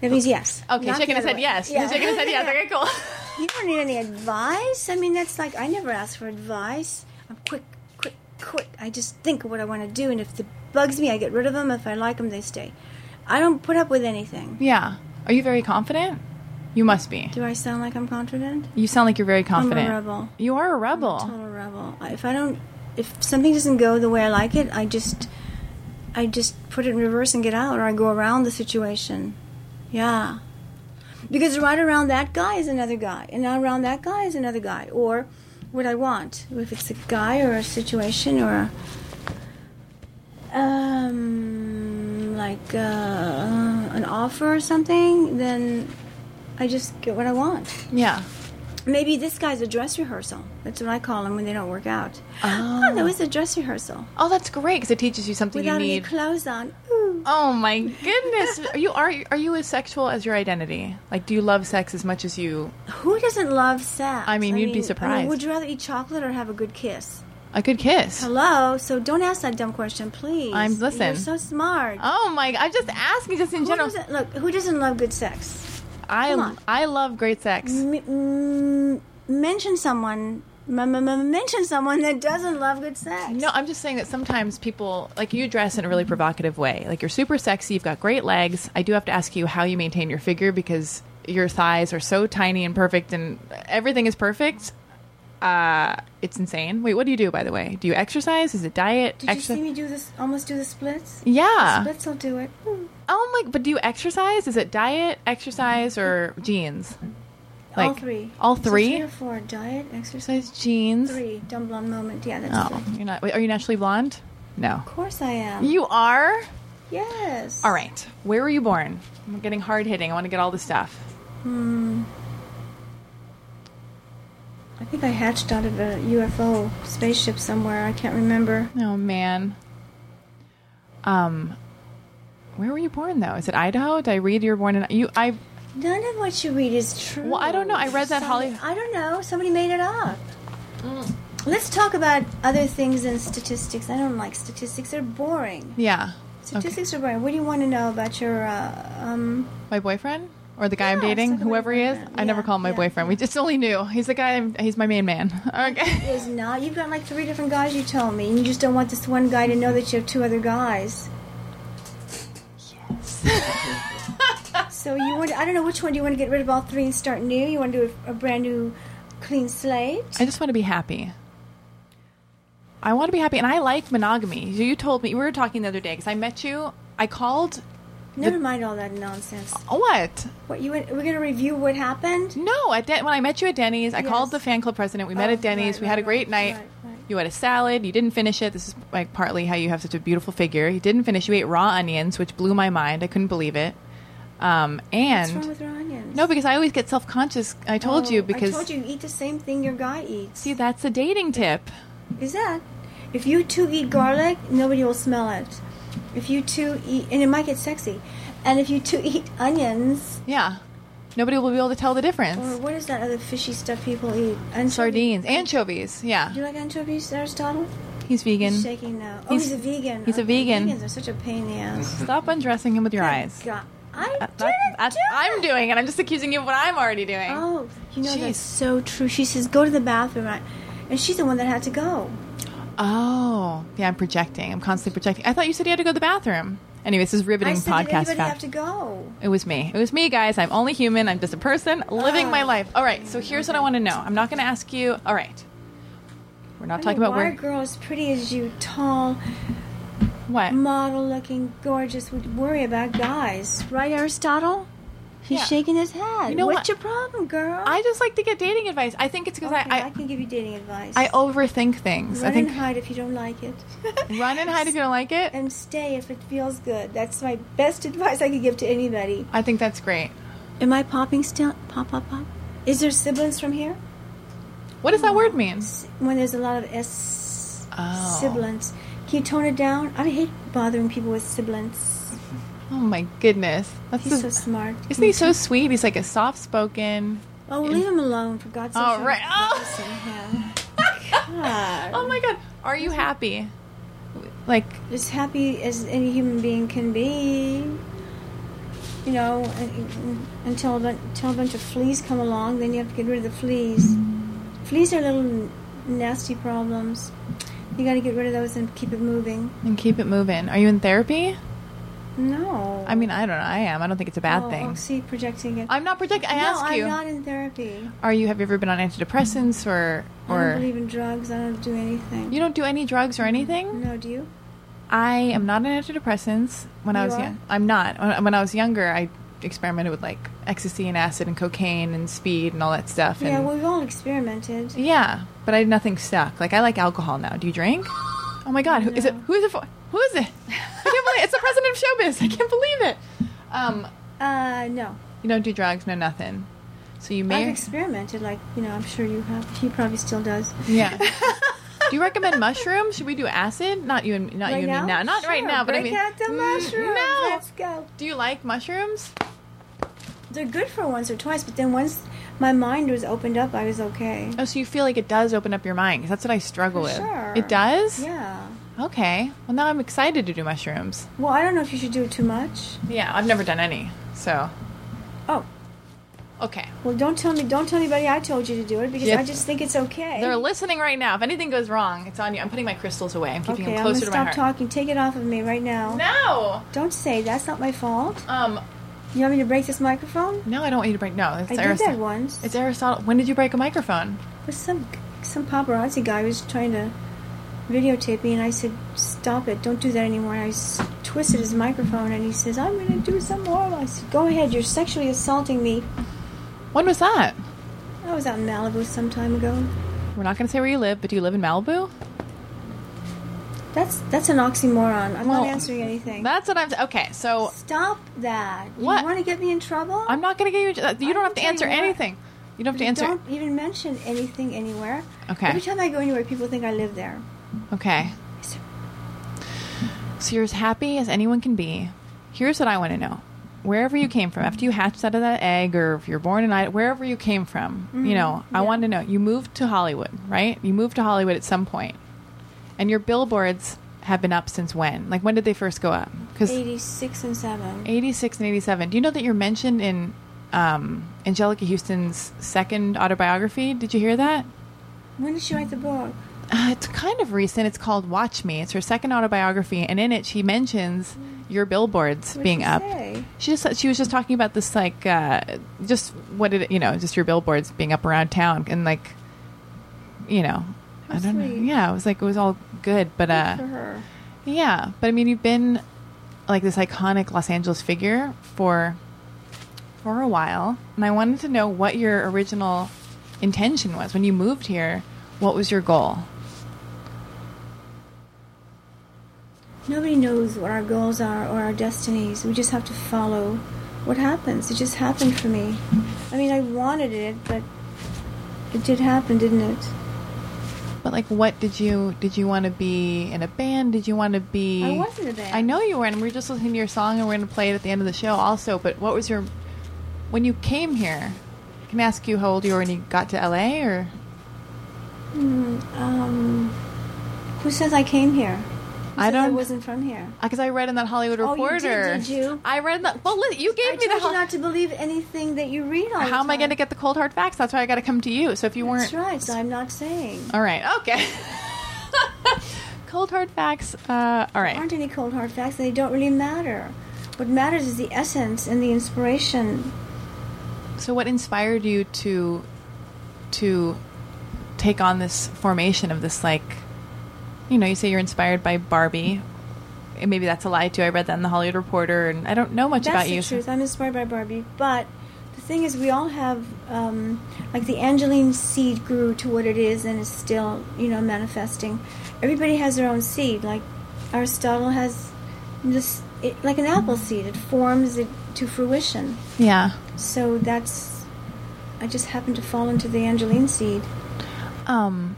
[SPEAKER 3] That means yes.
[SPEAKER 4] Okay,
[SPEAKER 3] Not
[SPEAKER 4] shaking
[SPEAKER 3] the
[SPEAKER 4] his
[SPEAKER 3] other
[SPEAKER 4] head
[SPEAKER 3] way.
[SPEAKER 4] yes.
[SPEAKER 3] Yeah.
[SPEAKER 4] Shaking his
[SPEAKER 3] (laughs)
[SPEAKER 4] head yes. Okay, cool. (laughs)
[SPEAKER 3] You don't need any advice. I mean, that's like I never ask for advice. I'm quick, quick, quick. I just think of what I want to do, and if it bugs me, I get rid of them. If I like them, they stay. I don't put up with anything.
[SPEAKER 4] Yeah. Are you very confident? You must be.
[SPEAKER 3] Do I sound like I'm confident?
[SPEAKER 4] You sound like you're very confident.
[SPEAKER 3] rebel.
[SPEAKER 4] You are a rebel.
[SPEAKER 3] Total rebel. I- If I don't, if something doesn't go the way I like it, I just, I just put it in reverse and get out, or I go around the situation. Yeah, because right around that guy is another guy, and now around that guy is another guy, or what I want, if it's a guy or a situation or a, um, like uh, an offer or something, then I just get what I want.
[SPEAKER 4] Yeah.
[SPEAKER 3] Maybe this guy's a dress rehearsal. That's what I call them when they don't work out.
[SPEAKER 4] Oh.
[SPEAKER 3] Oh, that was a dress rehearsal.
[SPEAKER 4] Oh, that's great because it teaches you something
[SPEAKER 3] Without
[SPEAKER 4] you
[SPEAKER 3] any
[SPEAKER 4] need.
[SPEAKER 3] clothes on. Ooh.
[SPEAKER 4] oh my goodness, (laughs) are you are you- are you as sexual as your identity? Like, do you love sex as much as you?
[SPEAKER 3] Who doesn't love sex?
[SPEAKER 4] I mean, you'd be
[SPEAKER 3] I
[SPEAKER 4] surprised.
[SPEAKER 3] mean, would you rather eat chocolate or have a good kiss?
[SPEAKER 4] A good kiss.
[SPEAKER 3] Hello? So don't ask that dumb question, please.
[SPEAKER 4] I'm- listen.
[SPEAKER 3] You're so smart.
[SPEAKER 4] Oh my! I'm just asking, just in
[SPEAKER 3] who
[SPEAKER 4] general.
[SPEAKER 3] doesn't, look, who doesn't love good sex? Come
[SPEAKER 4] I
[SPEAKER 3] on.
[SPEAKER 4] I love great sex.
[SPEAKER 3] M- m- mention someone. M- m- m- mention someone that doesn't love good sex.
[SPEAKER 4] No, I'm just saying that sometimes people like you dress in a really provocative way. Like you're super sexy, you've got great legs. I do have to ask you how you maintain your figure because your thighs are so tiny and perfect, and everything is perfect. Uh, it's insane. Wait, what do you do by the way? Do you exercise? Is it diet?
[SPEAKER 3] Did
[SPEAKER 4] Exer-
[SPEAKER 3] you see me do this? Almost do the splits.
[SPEAKER 4] Yeah.
[SPEAKER 3] Splits will do it. Ooh.
[SPEAKER 4] Oh my! But do you exercise? Is it diet, exercise, or jeans?
[SPEAKER 3] all
[SPEAKER 4] Like,
[SPEAKER 3] three.
[SPEAKER 4] all
[SPEAKER 3] So
[SPEAKER 4] three?
[SPEAKER 3] or four. Diet, exercise.
[SPEAKER 4] Exercise, jeans.
[SPEAKER 3] Three. Dumb blonde moment. Yeah, that's
[SPEAKER 4] Oh,
[SPEAKER 3] three.
[SPEAKER 4] you're not. Wait, are you naturally blonde? No.
[SPEAKER 3] Of course I am.
[SPEAKER 4] You are.
[SPEAKER 3] yes.
[SPEAKER 4] All right. Where were you born? I'm getting hard hitting. I want to get all the stuff.
[SPEAKER 3] I think I hatched out of a UFO spaceship somewhere. I can't remember.
[SPEAKER 4] Oh man. Um, where were you born though? Is it Idaho? Did I read you were born in you? I
[SPEAKER 3] None of what you read is true.
[SPEAKER 4] Well, I don't know. I read that
[SPEAKER 3] Somebody-
[SPEAKER 4] Holly-
[SPEAKER 3] I don't know. Somebody made it up. Let's talk about other things than statistics. I don't like statistics. They're boring.
[SPEAKER 4] yeah.
[SPEAKER 3] Statistics are right. What do you want to know about your? Uh, um,
[SPEAKER 4] My boyfriend or the guy I'm
[SPEAKER 3] Yeah,
[SPEAKER 4] dating,
[SPEAKER 3] stick with
[SPEAKER 4] whoever
[SPEAKER 3] your
[SPEAKER 4] he is.
[SPEAKER 3] boyfriend.
[SPEAKER 4] I never
[SPEAKER 3] Yeah,
[SPEAKER 4] call him my
[SPEAKER 3] yeah.
[SPEAKER 4] boyfriend. We just only knew he's the guy. I'm, he's my main man. (laughs) Okay.
[SPEAKER 3] is not. You've got like three different guys. You told me, and you just don't want this one guy to know that you have two other guys. Yes. (laughs) so you want? I don't know which one. Do you want to get rid of all three and start new? You want to do a, a brand new, clean slate?
[SPEAKER 4] I just want to be happy. I want to be happy, and I like monogamy. You you told me we were talking the other day because I met you. I called.
[SPEAKER 3] Never mind all that nonsense.
[SPEAKER 4] What?
[SPEAKER 3] What you? We're going to review what happened.
[SPEAKER 4] No, at Den- when I met you at Denny's, I
[SPEAKER 3] Yes.
[SPEAKER 4] called the fan club president. We met
[SPEAKER 3] Oh,
[SPEAKER 4] at Denny's.
[SPEAKER 3] right,
[SPEAKER 4] we had a
[SPEAKER 3] right,
[SPEAKER 4] great
[SPEAKER 3] right,
[SPEAKER 4] night.
[SPEAKER 3] right, right.
[SPEAKER 4] You had a salad. You didn't finish it. This is like partly how you have such a beautiful figure. You didn't finish. You ate raw onions, which blew my mind. I couldn't believe it. Um,
[SPEAKER 3] What's wrong
[SPEAKER 4] and
[SPEAKER 3] with your onions?
[SPEAKER 4] no, because I always get self conscious. I told you
[SPEAKER 3] Oh,
[SPEAKER 4] because
[SPEAKER 3] I told you, you eat the same thing your guy eats.
[SPEAKER 4] see that's a dating tip.
[SPEAKER 3] is that if you two eat garlic, nobody will smell it. If you two eat, and it might get sexy, and if you two eat onions,
[SPEAKER 4] Yeah, nobody will be able to tell the difference.
[SPEAKER 3] or what is that other fishy stuff people eat? Anchovies.
[SPEAKER 4] Sardines, anchovies. Yeah,
[SPEAKER 3] Do you like anchovies, Aristotle?
[SPEAKER 4] he's vegan.
[SPEAKER 3] He's shaking now. Oh, he's,
[SPEAKER 4] He's-
[SPEAKER 3] a vegan.
[SPEAKER 4] he's a vegan.
[SPEAKER 3] Vegans are such a pain in the ass.
[SPEAKER 4] Stop undressing him with your eyes.
[SPEAKER 3] God, I
[SPEAKER 4] That-
[SPEAKER 3] didn't
[SPEAKER 4] that- Uh, that's
[SPEAKER 3] do
[SPEAKER 4] what I'm doing, and I'm just accusing you of what I'm already doing.
[SPEAKER 3] Oh, you know
[SPEAKER 4] Jeez.
[SPEAKER 3] that's so true. She says, "Go to the bathroom," I- and she's the one that had to go.
[SPEAKER 4] Oh, yeah, I'm projecting. I'm constantly projecting. I thought you said you had to go to the bathroom. Anyway, this is riveting
[SPEAKER 3] I said, "Did
[SPEAKER 4] podcast
[SPEAKER 3] anybody
[SPEAKER 4] fact.
[SPEAKER 3] have to go?"
[SPEAKER 4] It was me. It was me, guys. I'm only human. I'm just a person living
[SPEAKER 3] Ah.
[SPEAKER 4] my life. All right, so here's what I want to know. I'm not going to ask you. All right. We're not talking about
[SPEAKER 3] why a
[SPEAKER 4] where.
[SPEAKER 3] girl as pretty as you, tall,
[SPEAKER 4] What?
[SPEAKER 3] model looking gorgeous would worry about guys, right, Aristotle? He's
[SPEAKER 4] Yeah.
[SPEAKER 3] shaking his head.
[SPEAKER 4] You know
[SPEAKER 3] What's
[SPEAKER 4] what?
[SPEAKER 3] your problem, girl?
[SPEAKER 4] I just like to get dating advice. I think it's because
[SPEAKER 3] Okay, I,
[SPEAKER 4] I,
[SPEAKER 3] can give you dating advice.
[SPEAKER 4] I, I overthink things.
[SPEAKER 3] run
[SPEAKER 4] I think
[SPEAKER 3] and hide if you don't like it,
[SPEAKER 4] (laughs) run and hide if you don't like it.
[SPEAKER 3] (laughs) and stay if it feels good. That's my best advice I could give to anybody.
[SPEAKER 4] I think that's great.
[SPEAKER 3] Am I popping still? Pop, pop, pop. Is there siblings from here?
[SPEAKER 4] What does that word mean?
[SPEAKER 3] S- When there's a lot of s
[SPEAKER 4] Oh.
[SPEAKER 3] siblings, can you tone it down? I hate bothering people with siblings.
[SPEAKER 4] Oh my goodness. That's
[SPEAKER 3] He's so
[SPEAKER 4] just-
[SPEAKER 3] smart.
[SPEAKER 4] Isn't he so sweet? He's like a soft spoken.
[SPEAKER 3] Oh, leave him alone for God's sake.
[SPEAKER 4] All right. Oh.
[SPEAKER 3] Oh.
[SPEAKER 4] oh my god. Are you happy? Like,
[SPEAKER 3] As happy as any human being can be. You know, un- until a, bun- until a bunch of fleas come along, then you have to get rid of the fleas. Fleas are little n- nasty problems. You got to get rid of those and keep it moving.
[SPEAKER 4] and keep it moving. Are you in therapy?
[SPEAKER 3] No.
[SPEAKER 4] I mean, I don't know. I am. I don't think it's a bad
[SPEAKER 3] oh,
[SPEAKER 4] thing.
[SPEAKER 3] Oh, see, projecting it.
[SPEAKER 4] I'm not projecting. I
[SPEAKER 3] no,
[SPEAKER 4] ask you.
[SPEAKER 3] I'm not in therapy.
[SPEAKER 4] Are you? Have you ever been on antidepressants or
[SPEAKER 3] I don't
[SPEAKER 4] or?
[SPEAKER 3] believe in drugs. I don't do anything.
[SPEAKER 4] you don't do any drugs or anything.
[SPEAKER 3] No, do you?
[SPEAKER 4] I am not on antidepressants. When
[SPEAKER 3] You
[SPEAKER 4] I was
[SPEAKER 3] are?
[SPEAKER 4] young, I'm not. When, when I was younger, I experimented with like ecstasy and acid and cocaine and speed and all that stuff.
[SPEAKER 3] yeah,
[SPEAKER 4] and-
[SPEAKER 3] well, we've all experimented.
[SPEAKER 4] Yeah, but I nothing stuck. Like I like alcohol now. Do you drink? Oh my god, who is it? Who is it for? Who is it? I can't believe it's the president of showbiz. I can't believe it. Um,
[SPEAKER 3] Uh, no.
[SPEAKER 4] you don't do drugs, no nothing. So you
[SPEAKER 3] I've
[SPEAKER 4] may,
[SPEAKER 3] experimented, like you know, I'm sure you have. He probably still
[SPEAKER 4] (laughs)
[SPEAKER 3] does.
[SPEAKER 4] yeah. do you recommend mushrooms? Should we do acid? Not you and not you and me now. Not right
[SPEAKER 3] Sure,
[SPEAKER 4] now, but I
[SPEAKER 3] break
[SPEAKER 4] mean,
[SPEAKER 3] out the
[SPEAKER 4] Mm,
[SPEAKER 3] mushrooms.
[SPEAKER 4] No.
[SPEAKER 3] Let's go.
[SPEAKER 4] do you like mushrooms?
[SPEAKER 3] They're good for once or twice, but then once my mind was opened up, I was okay.
[SPEAKER 4] Oh, so you feel like it does open up your mind? 'cause that's what I struggle
[SPEAKER 3] For
[SPEAKER 4] with.
[SPEAKER 3] sure.
[SPEAKER 4] It does.
[SPEAKER 3] Yeah.
[SPEAKER 4] Okay. Well, now I'm excited to do mushrooms.
[SPEAKER 3] Well, I don't know if you should do it too much.
[SPEAKER 4] Yeah, I've never done any, so
[SPEAKER 3] Oh,
[SPEAKER 4] okay.
[SPEAKER 3] well, don't tell me. Don't tell anybody I told you to do it because
[SPEAKER 4] Yeah.
[SPEAKER 3] I just think it's okay.
[SPEAKER 4] They're listening right now. If anything goes wrong, it's on you. I'm putting my crystals away. I'm keeping
[SPEAKER 3] okay,
[SPEAKER 4] them
[SPEAKER 3] I'm gonna
[SPEAKER 4] closer to my
[SPEAKER 3] stop
[SPEAKER 4] heart.
[SPEAKER 3] talking. Take it off of me right now.
[SPEAKER 4] No.
[SPEAKER 3] Don't say that's not my fault.
[SPEAKER 4] Um.
[SPEAKER 3] You want me to break this microphone?
[SPEAKER 4] No, I don't want you to break. No, it's
[SPEAKER 3] I did
[SPEAKER 4] Aristotle.
[SPEAKER 3] that once.
[SPEAKER 4] It's Aristotle. When did you break a microphone?
[SPEAKER 3] But some some paparazzi guy was trying to videotape me, and I said, "Stop it! Don't do that anymore." And I s- twisted his microphone, and he says, "I'm going to do some more." And I said, "Go ahead! You're sexually assaulting me."
[SPEAKER 4] When was that?
[SPEAKER 3] I was out in Malibu some time ago.
[SPEAKER 4] We're not going to say where you live, but do you live in Malibu?
[SPEAKER 3] That's that's an oxymoron. I'm
[SPEAKER 4] Well,
[SPEAKER 3] not answering anything.
[SPEAKER 4] That's what I'm. Okay, so
[SPEAKER 3] Stop that!
[SPEAKER 4] What?
[SPEAKER 3] You want to get me in trouble?
[SPEAKER 4] I'm not going to get you. that- You
[SPEAKER 3] I
[SPEAKER 4] don't have
[SPEAKER 3] can
[SPEAKER 4] to
[SPEAKER 3] tell
[SPEAKER 4] answer
[SPEAKER 3] you what.
[SPEAKER 4] anything. You don't have to
[SPEAKER 3] You
[SPEAKER 4] answer.
[SPEAKER 3] Don't even mention anything anywhere.
[SPEAKER 4] Okay.
[SPEAKER 3] Every time I go anywhere, people think I live there.
[SPEAKER 4] Okay.
[SPEAKER 3] Yes, sir.
[SPEAKER 4] So you're as happy as anyone can be. Here's what I want to know. Wherever you came from, after you hatched out of that egg, or if you're born in Idaho, wherever you came from, you know, I want to know. You moved to Hollywood, right? You moved to Hollywood at some point, and your billboards have been up since when? Like when did they first go up? Because
[SPEAKER 3] 86 and 7.
[SPEAKER 4] 86 and 87. Do you know that you're mentioned in um, Angelica Houston's second autobiography? Did you hear that?
[SPEAKER 3] When did she write the book?
[SPEAKER 4] Uh, it's kind of recent. It's called Watch Me. It's her second autobiography, and in it she mentions your billboards
[SPEAKER 3] What'd
[SPEAKER 4] being
[SPEAKER 3] she
[SPEAKER 4] up.
[SPEAKER 3] say?
[SPEAKER 4] She just said- she was just talking about this like uh, just what did it, you know just your billboards being up around town and like you know I don't
[SPEAKER 3] sweet.
[SPEAKER 4] know yeah it was like it was all good but uh
[SPEAKER 3] For her.
[SPEAKER 4] yeah but I mean you've been like this iconic Los Angeles figure for for a while and I wanted to know what your original intention was when you moved here what was your goal
[SPEAKER 3] Nobody knows what our goals are or our destinies. We just have to follow what happens. It just happened for me. I mean, I wanted it, but it did happen, didn't it?
[SPEAKER 4] But like, what did you did you want to be in a band? Did you want to be?
[SPEAKER 3] I was in a band.
[SPEAKER 4] Mm. I know you were, and we were just listening to your song, and we're going to play it at the end of the show, also. But what was your when you came here? Can I ask you how old you were when you got to LA, or
[SPEAKER 3] Hmm, um, who says I came here? Who
[SPEAKER 4] I
[SPEAKER 3] says I
[SPEAKER 4] don't-
[SPEAKER 3] wasn't from here.
[SPEAKER 4] because uh, I read in that Hollywood
[SPEAKER 3] Oh, you
[SPEAKER 4] Reporter.
[SPEAKER 3] did, did you?
[SPEAKER 4] I read in that. Well, li- you gave
[SPEAKER 3] I
[SPEAKER 4] me the.
[SPEAKER 3] told
[SPEAKER 4] Hol-
[SPEAKER 3] you not to believe anything that you read. All the
[SPEAKER 4] how am I
[SPEAKER 3] time.
[SPEAKER 4] going to get the cold hard facts? That's why I got to come to you. So if you
[SPEAKER 3] That's
[SPEAKER 4] weren't
[SPEAKER 3] right. So I'm not saying.
[SPEAKER 4] all right, okay. (laughs) cold hard facts. Uh, all right.
[SPEAKER 3] aren't any cold hard facts and they don't really matter. What matters is the essence and the inspiration.
[SPEAKER 4] So, what inspired you to to take on this formation of this like, you know, you say you're inspired by Barbie, and maybe that's a lie too. I read that in the Hollywood Reporter, and I don't know much
[SPEAKER 3] That's
[SPEAKER 4] about
[SPEAKER 3] the
[SPEAKER 4] you.
[SPEAKER 3] truth. I'm inspired by Barbie, but the thing is, we all have um, like the Angeline seed grew to what it is and is still, you know, manifesting. Everybody has their own seed. Like Aristotle has this, it, like an apple seed. It forms it to fruition.
[SPEAKER 4] Yeah.
[SPEAKER 3] So that's. I just happened to fall into the Angeline seed. (laughs)
[SPEAKER 4] Um.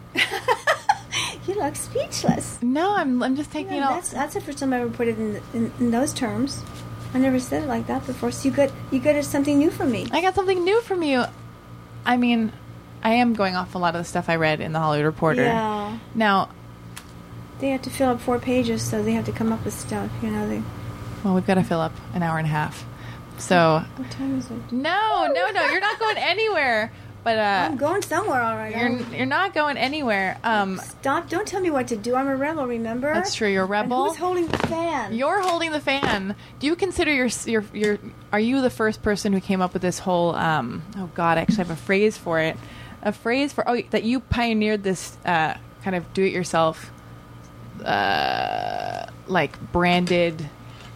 [SPEAKER 3] You look speechless.
[SPEAKER 4] No, I'm. I'm just taking
[SPEAKER 3] Yeah,
[SPEAKER 4] it all.
[SPEAKER 3] that's that's the first time I ever put it in, in in those terms. I never said it like that before. So you got you got something new from me.
[SPEAKER 4] I got something new from you. I mean, I am going off a lot of the stuff I read in the Hollywood Reporter.
[SPEAKER 3] Yeah,
[SPEAKER 4] Now,
[SPEAKER 3] they had to fill up four pages, so they had to come up with stuff. You know, they,
[SPEAKER 4] well, we've got to fill up an hour and a half. So,
[SPEAKER 3] what time is it?
[SPEAKER 4] Uh, no, no, no, you're not going anywhere. But uh,
[SPEAKER 3] I'm going somewhere, all right.
[SPEAKER 4] You're
[SPEAKER 3] I'm-
[SPEAKER 4] you're not going anywhere. Um,
[SPEAKER 3] Stop! Don't tell me what to do. I'm a rebel. Remember?
[SPEAKER 4] That's true, you're a
[SPEAKER 3] And
[SPEAKER 4] rebel.
[SPEAKER 3] who's holding the fan?
[SPEAKER 4] you're holding the fan. Do you consider your your your are you the first person who came up with this whole um oh god, I actually have a phrase for it. A phrase for oh that you pioneered this uh kind of do it yourself uh like branded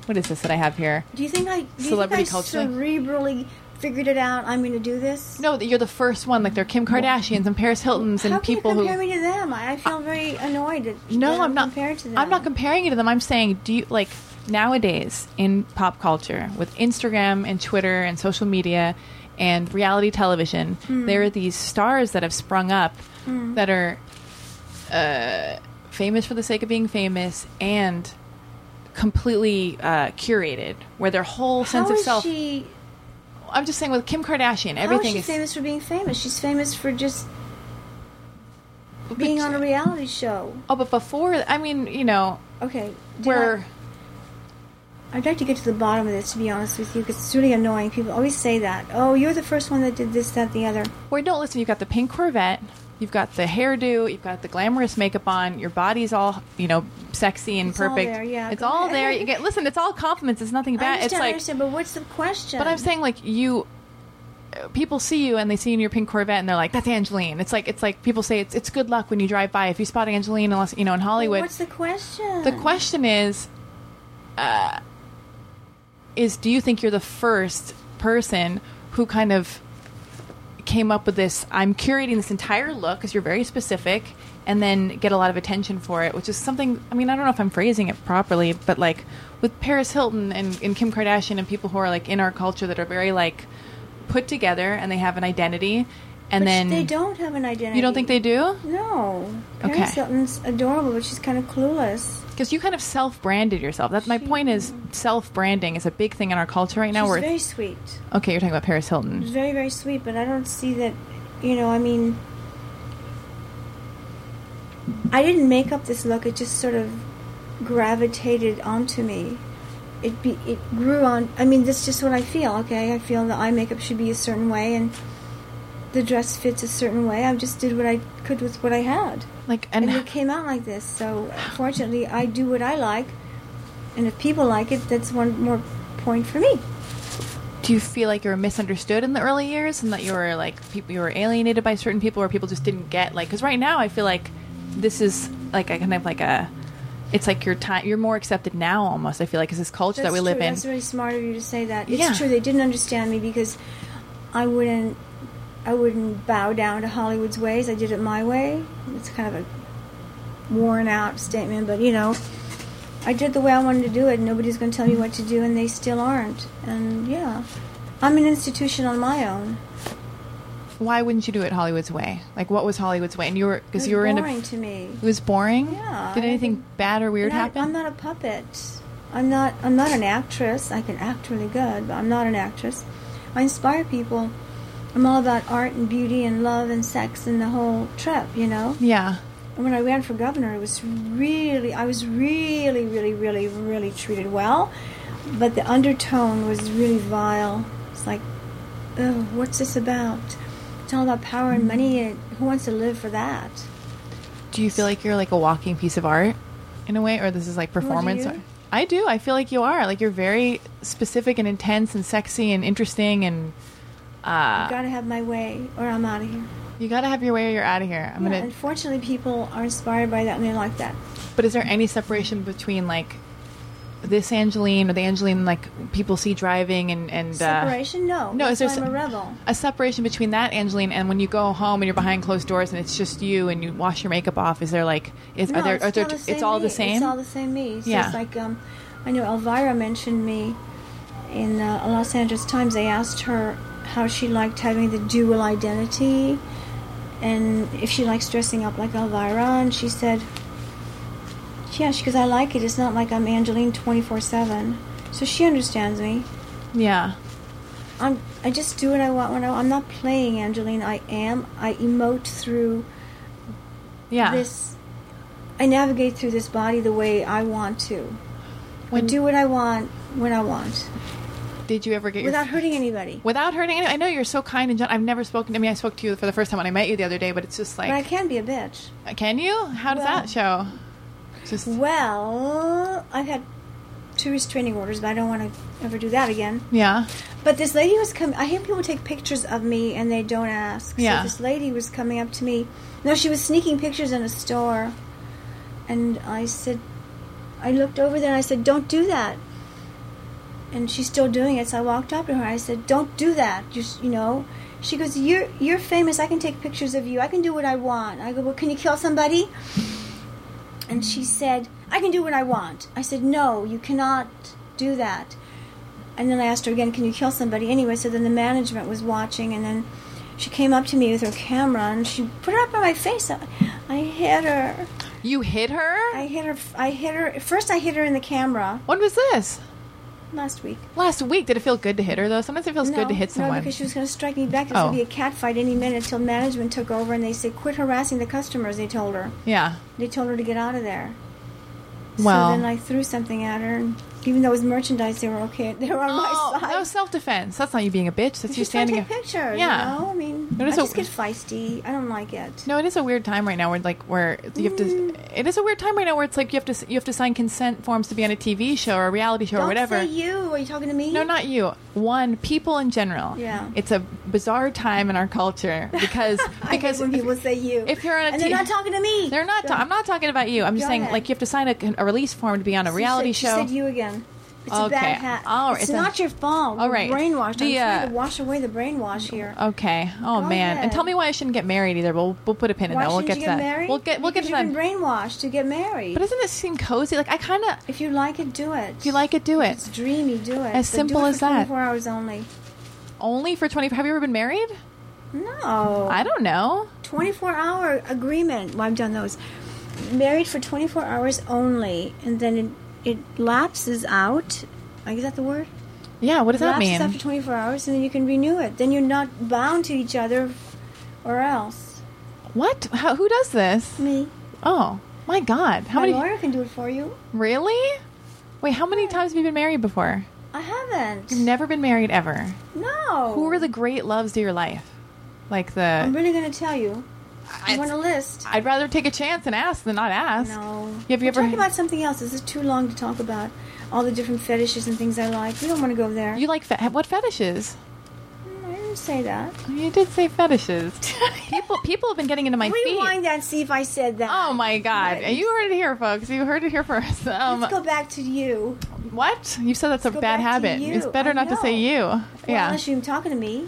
[SPEAKER 4] what is this that I have here?
[SPEAKER 3] do you think I do you
[SPEAKER 4] Celebrity
[SPEAKER 3] think I
[SPEAKER 4] culture thing?
[SPEAKER 3] cerebrally figured it out? I'm going to do this.
[SPEAKER 4] No, that you're the first one. Like there are Kim Kardashians and Paris Hiltons and
[SPEAKER 3] How can you
[SPEAKER 4] people
[SPEAKER 3] compare
[SPEAKER 4] who
[SPEAKER 3] me to them? I, I feel very annoyed. That,
[SPEAKER 4] No,
[SPEAKER 3] that
[SPEAKER 4] I'm not
[SPEAKER 3] compared to them.
[SPEAKER 4] I'm not comparing you to them. I'm saying, do you like nowadays in pop culture with Instagram and Twitter and social media and reality television,
[SPEAKER 3] Mm-hmm.
[SPEAKER 4] there are these stars that have sprung up
[SPEAKER 3] Mm.
[SPEAKER 4] that are uh, famous for the sake of being famous and completely uh, curated, where their whole sense
[SPEAKER 3] How
[SPEAKER 4] of
[SPEAKER 3] is
[SPEAKER 4] self.
[SPEAKER 3] she
[SPEAKER 4] I'm just saying with Kim Kardashian,
[SPEAKER 3] How is
[SPEAKER 4] everything
[SPEAKER 3] she
[SPEAKER 4] is
[SPEAKER 3] Oh, famous for being famous? She's famous for just
[SPEAKER 4] but-
[SPEAKER 3] being on a reality show.
[SPEAKER 4] Oh, but before, I mean, you know,
[SPEAKER 3] Okay, do
[SPEAKER 4] where.
[SPEAKER 3] I, would like to get to the bottom of this, to be honest with you, because it's really annoying. People always say that. Oh, you're the first one that did this, that, the other.
[SPEAKER 4] Or don't listen. You've got the pink Corvette. You've got the hairdo. You've got the glamorous makeup on. Your body's all you know, sexy and
[SPEAKER 3] It's all
[SPEAKER 4] perfect.
[SPEAKER 3] there, yeah.
[SPEAKER 4] It's all there. You get listen. It's all compliments. It's nothing
[SPEAKER 3] I
[SPEAKER 4] bad.
[SPEAKER 3] understand,
[SPEAKER 4] It's
[SPEAKER 3] I
[SPEAKER 4] like,
[SPEAKER 3] understand, but what's the question?
[SPEAKER 4] but I'm saying like you, uh, people see you and they see you in your pink Corvette and they're like, that's Angeline. It's like it's like people say it's it's good luck when you drive by if you spot Angeline unless you know in Hollywood.
[SPEAKER 3] What's the question?
[SPEAKER 4] The question is, uh, is do you think you're the first person who kind of came up with this? I'm curating this entire look because you're very specific, and then get a lot of attention for it, which is something. I mean, I don't know if I'm phrasing it properly, but like with Paris Hilton and, and Kim Kardashian and people who are like in our culture that are very like put together and they have an identity, and
[SPEAKER 3] But
[SPEAKER 4] then
[SPEAKER 3] they don't have an identity.
[SPEAKER 4] you don't think they do
[SPEAKER 3] No. Paris
[SPEAKER 4] Okay.
[SPEAKER 3] Hilton's adorable, but she's kind of clueless.
[SPEAKER 4] because you kind of self-branded yourself. That's my point. Is self-branding is a big thing in our culture right now.
[SPEAKER 3] she's
[SPEAKER 4] Where
[SPEAKER 3] very sweet.
[SPEAKER 4] okay, you're talking about Paris
[SPEAKER 3] She's
[SPEAKER 4] Hilton.
[SPEAKER 3] very, very sweet, but I don't see that, you know, I mean, I didn't make up this look. It just sort of gravitated onto me. It be, it grew on. I mean, that's just what I feel. Okay, I feel the eye makeup should be a certain way, and the dress fits a certain way. I just did what I could with what I had,
[SPEAKER 4] Like,
[SPEAKER 3] and,
[SPEAKER 4] and,
[SPEAKER 3] it came out like this. So, fortunately, I do what I like, and if people like it, that's one more point for me.
[SPEAKER 4] do you feel like you were misunderstood in the early years, and that you were like people you were alienated by certain people, or people just didn't get like? Because right now, I feel like this is like a kind of like a. It's like your time. You're more accepted now, almost. I feel like, is this culture that we
[SPEAKER 3] That's
[SPEAKER 4] live
[SPEAKER 3] true.
[SPEAKER 4] in.
[SPEAKER 3] That's very smart of you to say that. It's
[SPEAKER 4] Yeah.
[SPEAKER 3] true. They didn't understand me because I wouldn't. I wouldn't bow down to Hollywood's ways. I did it my way. It's kind of a worn out statement, but you know, I did the way I wanted to do it. and Nobody's going to tell me what to do, and they still aren't. And yeah, I'm an institution on my own.
[SPEAKER 4] Why wouldn't you do it Hollywood's way? Like, what was Hollywood's way? And you were because
[SPEAKER 3] It's
[SPEAKER 4] you were
[SPEAKER 3] boring
[SPEAKER 4] in a.
[SPEAKER 3] to me.
[SPEAKER 4] It was boring.
[SPEAKER 3] Yeah,
[SPEAKER 4] Did
[SPEAKER 3] I
[SPEAKER 4] anything
[SPEAKER 3] didn't-
[SPEAKER 4] bad or weird
[SPEAKER 3] And I-
[SPEAKER 4] happen?
[SPEAKER 3] I'm not a puppet. I'm not. I'm not an actress. I can act really good, but I'm not an actress. I inspire people. I'm all about art and beauty and love and sex and the whole trip, you know.
[SPEAKER 4] yeah.
[SPEAKER 3] And when I ran for governor, it was really, I was really, really, really, really treated well, but the undertone was really vile. It's like, oh, what's this about? It's all about power and money, and who wants to live for that?
[SPEAKER 4] Do you feel like you're like a walking piece of art in a way, or this is like performance?
[SPEAKER 3] you?
[SPEAKER 4] I do. I feel like you are. Like you're very specific and intense and sexy and interesting, and Uh,
[SPEAKER 3] I gotta have my way, or I'm out of here.
[SPEAKER 4] you got to have your way or you're out of here. I'm
[SPEAKER 3] Yeah,
[SPEAKER 4] gonna.
[SPEAKER 3] unfortunately, people are inspired by that and they like that.
[SPEAKER 4] But is there any separation between like this Angeline or the Angeline like people see driving and and uh,
[SPEAKER 3] Separation? No.
[SPEAKER 4] No,
[SPEAKER 3] That's
[SPEAKER 4] is there
[SPEAKER 3] why
[SPEAKER 4] se-
[SPEAKER 3] I'm a rebel.
[SPEAKER 4] a separation between that Angeline and when you go home and you're behind closed doors and it's just you and you wash your makeup off? Is there like is
[SPEAKER 3] No,
[SPEAKER 4] are there
[SPEAKER 3] it's,
[SPEAKER 4] are there
[SPEAKER 3] not the
[SPEAKER 4] it's
[SPEAKER 3] same
[SPEAKER 4] all the
[SPEAKER 3] me.
[SPEAKER 4] same?
[SPEAKER 3] It's all the same me. It's
[SPEAKER 4] Yeah.
[SPEAKER 3] just like um, I know Elvira mentioned me in uh, a Los Angeles Times. They asked her how she liked having the dual identity and if she likes dressing up like Elvira, and she said, "Yeah, she goes, I like it. It's not like I'm Angeline 24/7." So she understands me.
[SPEAKER 4] yeah.
[SPEAKER 3] I'm, I just do what I want when I, I'm not playing Angeline. I am. I emote through
[SPEAKER 4] Yeah.
[SPEAKER 3] this. I navigate through this body the way I want to. I
[SPEAKER 4] When-
[SPEAKER 3] do what I want when I want
[SPEAKER 4] Did you ever get your
[SPEAKER 3] without hurting anybody.
[SPEAKER 4] without hurting anyone. I know you're so kind and gentle. I've never spoken. I mean, I spoke to you for the first time when I met you the other day, but it's just
[SPEAKER 3] But I
[SPEAKER 4] like,
[SPEAKER 3] can be a bitch.
[SPEAKER 4] can you? How does
[SPEAKER 3] Well-
[SPEAKER 4] that show? Just
[SPEAKER 3] Well, I've had two restraining orders, but I don't want to ever do that again.
[SPEAKER 4] yeah,
[SPEAKER 3] But this lady was coming. I hear people take pictures of me and they don't ask.
[SPEAKER 4] Yeah.
[SPEAKER 3] So this lady was coming up to me. No, she was sneaking pictures in a store, and I said, I looked over there and I said, "Don't do that." And she's still doing it. So I walked up to her. and I said, "Don't do that." You, s- you know. She goes, "You're you're famous. I can take pictures of you. I can do what I want." I go, "Well, can you kill somebody?" And she said, "I can do what I want." I said, "No, you cannot do that." And then I asked her again, "Can you kill somebody anyway?" So then the management was watching, and then she came up to me with her camera and she put it up on my face. I, I hit her.
[SPEAKER 4] you hit her.
[SPEAKER 3] I hit her. I hit her. First, I hit her in the camera
[SPEAKER 4] when was this?
[SPEAKER 3] last week.
[SPEAKER 4] Last week. Did it feel good to hit her though? Sometimes it feels
[SPEAKER 3] no,
[SPEAKER 4] good to hit
[SPEAKER 3] No,
[SPEAKER 4] someone.
[SPEAKER 3] because she was going to strike me back. There
[SPEAKER 4] Oh.
[SPEAKER 3] was going to be a cat fight any minute till management took over, and they said, "Quit harassing the customers." They told her.
[SPEAKER 4] yeah.
[SPEAKER 3] They told her to get out of there.
[SPEAKER 4] Wow.
[SPEAKER 3] So then I threw something at her, and even though it was merchandise, they were okay. They were on
[SPEAKER 4] Oh,
[SPEAKER 3] my side.
[SPEAKER 4] that was self defense. That's not you being a bitch. That's you
[SPEAKER 3] She's trying to
[SPEAKER 4] standing.
[SPEAKER 3] take pictures.
[SPEAKER 4] Yeah.
[SPEAKER 3] You know? I mean,
[SPEAKER 4] Notice
[SPEAKER 3] I
[SPEAKER 4] how-
[SPEAKER 3] just get feisty. I don't like it.
[SPEAKER 4] No, it is a weird time right now where like where you have to.
[SPEAKER 3] Mm.
[SPEAKER 4] It is a weird time right now where it's like you have to s- you have to sign consent forms to be on a TV show or a reality show
[SPEAKER 3] Don't
[SPEAKER 4] or whatever.
[SPEAKER 3] say you. Are you talking to me?
[SPEAKER 4] No, not you. One, people in general.
[SPEAKER 3] Yeah.
[SPEAKER 4] It's a bizarre time in our
[SPEAKER 3] (laughs)
[SPEAKER 4] culture because
[SPEAKER 3] (laughs) I hate
[SPEAKER 4] because
[SPEAKER 3] when people say you.
[SPEAKER 4] if you're on a
[SPEAKER 3] and they're
[SPEAKER 4] t-
[SPEAKER 3] not talking to me.
[SPEAKER 4] they're not.
[SPEAKER 3] Go-
[SPEAKER 4] Ta- I'm not talking about you. I'm just
[SPEAKER 3] Go
[SPEAKER 4] saying
[SPEAKER 3] ahead.
[SPEAKER 4] like you have to sign a, a release form to be on a
[SPEAKER 3] She
[SPEAKER 4] reality
[SPEAKER 3] said,
[SPEAKER 4] show.
[SPEAKER 3] She said you again. It's a
[SPEAKER 4] Okay.
[SPEAKER 3] bad hat.
[SPEAKER 4] All right.
[SPEAKER 3] It's
[SPEAKER 4] It's a-
[SPEAKER 3] not your fault.
[SPEAKER 4] All
[SPEAKER 3] We're
[SPEAKER 4] right.
[SPEAKER 3] Brainwashed.
[SPEAKER 4] The,
[SPEAKER 3] I'm
[SPEAKER 4] uh,
[SPEAKER 3] trying to wash away the brainwash here.
[SPEAKER 4] Okay. Oh
[SPEAKER 3] Go
[SPEAKER 4] man. And
[SPEAKER 3] ahead.
[SPEAKER 4] tell me why I shouldn't get married either. We'll we'll put a pin in
[SPEAKER 3] Why
[SPEAKER 4] that. We'll
[SPEAKER 3] shouldn't
[SPEAKER 4] get
[SPEAKER 3] you
[SPEAKER 4] to
[SPEAKER 3] get
[SPEAKER 4] that.
[SPEAKER 3] married?
[SPEAKER 4] We'll get we'll get
[SPEAKER 3] Because
[SPEAKER 4] to
[SPEAKER 3] you've
[SPEAKER 4] that.
[SPEAKER 3] been brainwashed to get married.
[SPEAKER 4] But doesn't this seem cozy? Like I kind of
[SPEAKER 3] if you like it, do it. If
[SPEAKER 4] you like it, do it.
[SPEAKER 3] it's dreamy, do it.
[SPEAKER 4] As
[SPEAKER 3] But
[SPEAKER 4] simple
[SPEAKER 3] do it
[SPEAKER 4] as
[SPEAKER 3] for
[SPEAKER 4] that.
[SPEAKER 3] 24 hours only.
[SPEAKER 4] Only for twenty. Have you ever been married?
[SPEAKER 3] No.
[SPEAKER 4] I don't know.
[SPEAKER 3] 24 hour agreement. Well, I've done those. Married for 24 hours only, and then it, it lapses out. Like, Is that the word?
[SPEAKER 4] Yeah. What does that
[SPEAKER 3] lapses
[SPEAKER 4] mean?
[SPEAKER 3] after 24 hours, and then you can renew it. Then you're not bound to each other, or else.
[SPEAKER 4] what? How, who does this?
[SPEAKER 3] Me.
[SPEAKER 4] Oh. My God, how
[SPEAKER 3] My
[SPEAKER 4] many?
[SPEAKER 3] lawyer can do it for you.
[SPEAKER 4] Really? Wait, how many times have you been married before?
[SPEAKER 3] I haven't.
[SPEAKER 4] Never been married ever.
[SPEAKER 3] no.
[SPEAKER 4] Who were the great loves of your life? Like
[SPEAKER 3] I'm
[SPEAKER 4] the.
[SPEAKER 3] really gonna tell you. I want a list.
[SPEAKER 4] I'd rather take a chance and ask than not ask.
[SPEAKER 3] No.
[SPEAKER 4] Have you
[SPEAKER 3] We're
[SPEAKER 4] ever?
[SPEAKER 3] talking about something else? This is too long to talk about all the different fetishes and things I like. We don't want to go there.
[SPEAKER 4] You like fe- what fetishes?
[SPEAKER 3] Mm, I didn't say that.
[SPEAKER 4] You did
[SPEAKER 3] (laughs)
[SPEAKER 4] say fetishes. people, people have been getting into my feet.
[SPEAKER 3] Rewind that. and See if I said that.
[SPEAKER 4] Oh my God!
[SPEAKER 3] Right.
[SPEAKER 4] You heard it here, folks. You heard it here first. Um,
[SPEAKER 3] Let's go back to you.
[SPEAKER 4] what? You said that's a
[SPEAKER 3] go
[SPEAKER 4] bad
[SPEAKER 3] back to
[SPEAKER 4] habit.
[SPEAKER 3] you.
[SPEAKER 4] It's better
[SPEAKER 3] I
[SPEAKER 4] not to say
[SPEAKER 3] know.
[SPEAKER 4] you.
[SPEAKER 3] Well,
[SPEAKER 4] yeah.
[SPEAKER 3] Unless you're talking to me.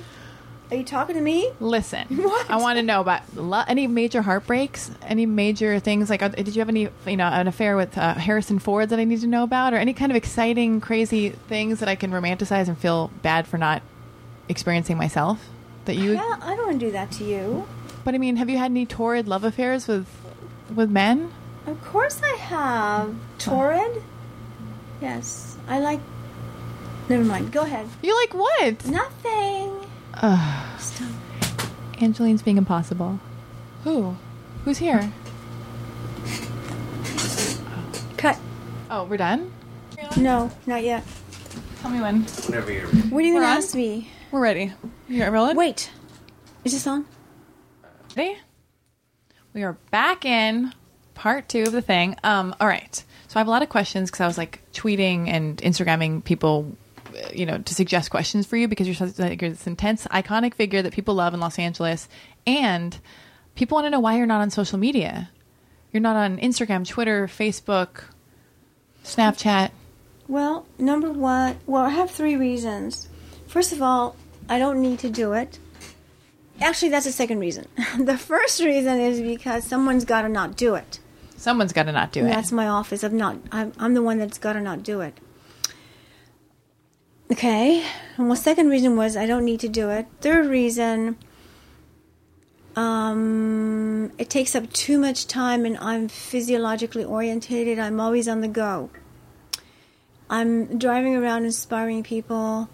[SPEAKER 3] Are you talking to me?
[SPEAKER 4] (laughs) Listen,
[SPEAKER 3] What?
[SPEAKER 4] I want to know about lo- any major heartbreaks, any major things like uh, did you have any, you know, an affair with uh, Harrison Ford that I need to know about, or any kind of exciting, crazy things that I can romanticize and feel bad for not experiencing myself? That you,
[SPEAKER 3] Yeah, I don't want to do that to you.
[SPEAKER 4] but I mean, have you had any torrid love affairs with with men?
[SPEAKER 3] Of course I have. Torrid? Yes. I like. Never mind. Go ahead.
[SPEAKER 4] You like what? (sighs)
[SPEAKER 3] Nothing. Stop.
[SPEAKER 4] Angeline's being impossible. Who? Who's (laughs) here?
[SPEAKER 3] Cut.
[SPEAKER 4] Oh, we're done.
[SPEAKER 3] No, not yet.
[SPEAKER 4] Tell me when
[SPEAKER 5] Whenever you're
[SPEAKER 3] What are you going
[SPEAKER 4] We're
[SPEAKER 3] to
[SPEAKER 4] on?
[SPEAKER 3] ask me?
[SPEAKER 4] we're ready. You ready? Wait.
[SPEAKER 3] Wait. Is this on?
[SPEAKER 4] Ready? We are back in part two of the thing. Um, all right. So I have a lot of questions because I was like tweeting and Instagramming people, uh, you know, to suggest questions for you because you're such like, you're this intense, iconic figure that people love in Los Angeles, and people want to know why you're not on social media. You're not on Instagram, Twitter, Facebook, Snapchat.
[SPEAKER 3] Well, number one, well, I have three reasons. First of all, I don't need to do it. Actually, that's the second reason. (laughs) the first reason is because someone's got to not do it.
[SPEAKER 4] Someone's got to not do it.
[SPEAKER 3] That's my office. I'm not. I'm, I'm the one that's got to not do it. Okay. And well, second reason was I don't need to do it. Third reason, um, it takes up too much time, and I'm physiologically orientated. I'm always on the go. I'm driving around inspiring people,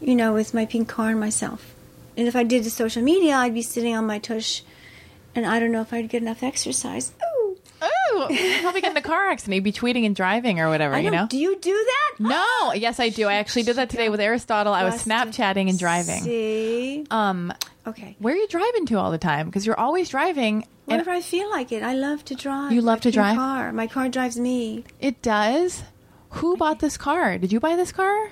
[SPEAKER 3] you know, with my pink car and myself. And if I did the social media, I'd be sitting on my tush, and I don't know if I'd get enough exercise. Ooh.
[SPEAKER 4] Oh, you probably get in a car accident. You'd be tweeting and driving or whatever.
[SPEAKER 3] I
[SPEAKER 4] you
[SPEAKER 3] don't-
[SPEAKER 4] know.
[SPEAKER 3] Do you do that?
[SPEAKER 4] No, yes, I do. I actually did that today with Aristotle. I was
[SPEAKER 3] Busted.
[SPEAKER 4] Snapchatting and driving.
[SPEAKER 3] See?
[SPEAKER 4] Um,
[SPEAKER 3] Okay.
[SPEAKER 4] where are you driving to all the time? Because you're always driving, and
[SPEAKER 3] Whenever I feel like it, I love to drive.
[SPEAKER 4] You love
[SPEAKER 3] I
[SPEAKER 4] to
[SPEAKER 3] keep
[SPEAKER 4] drive?
[SPEAKER 3] Car. My car drives me.
[SPEAKER 4] it does. Who bought this car? Did you buy this car?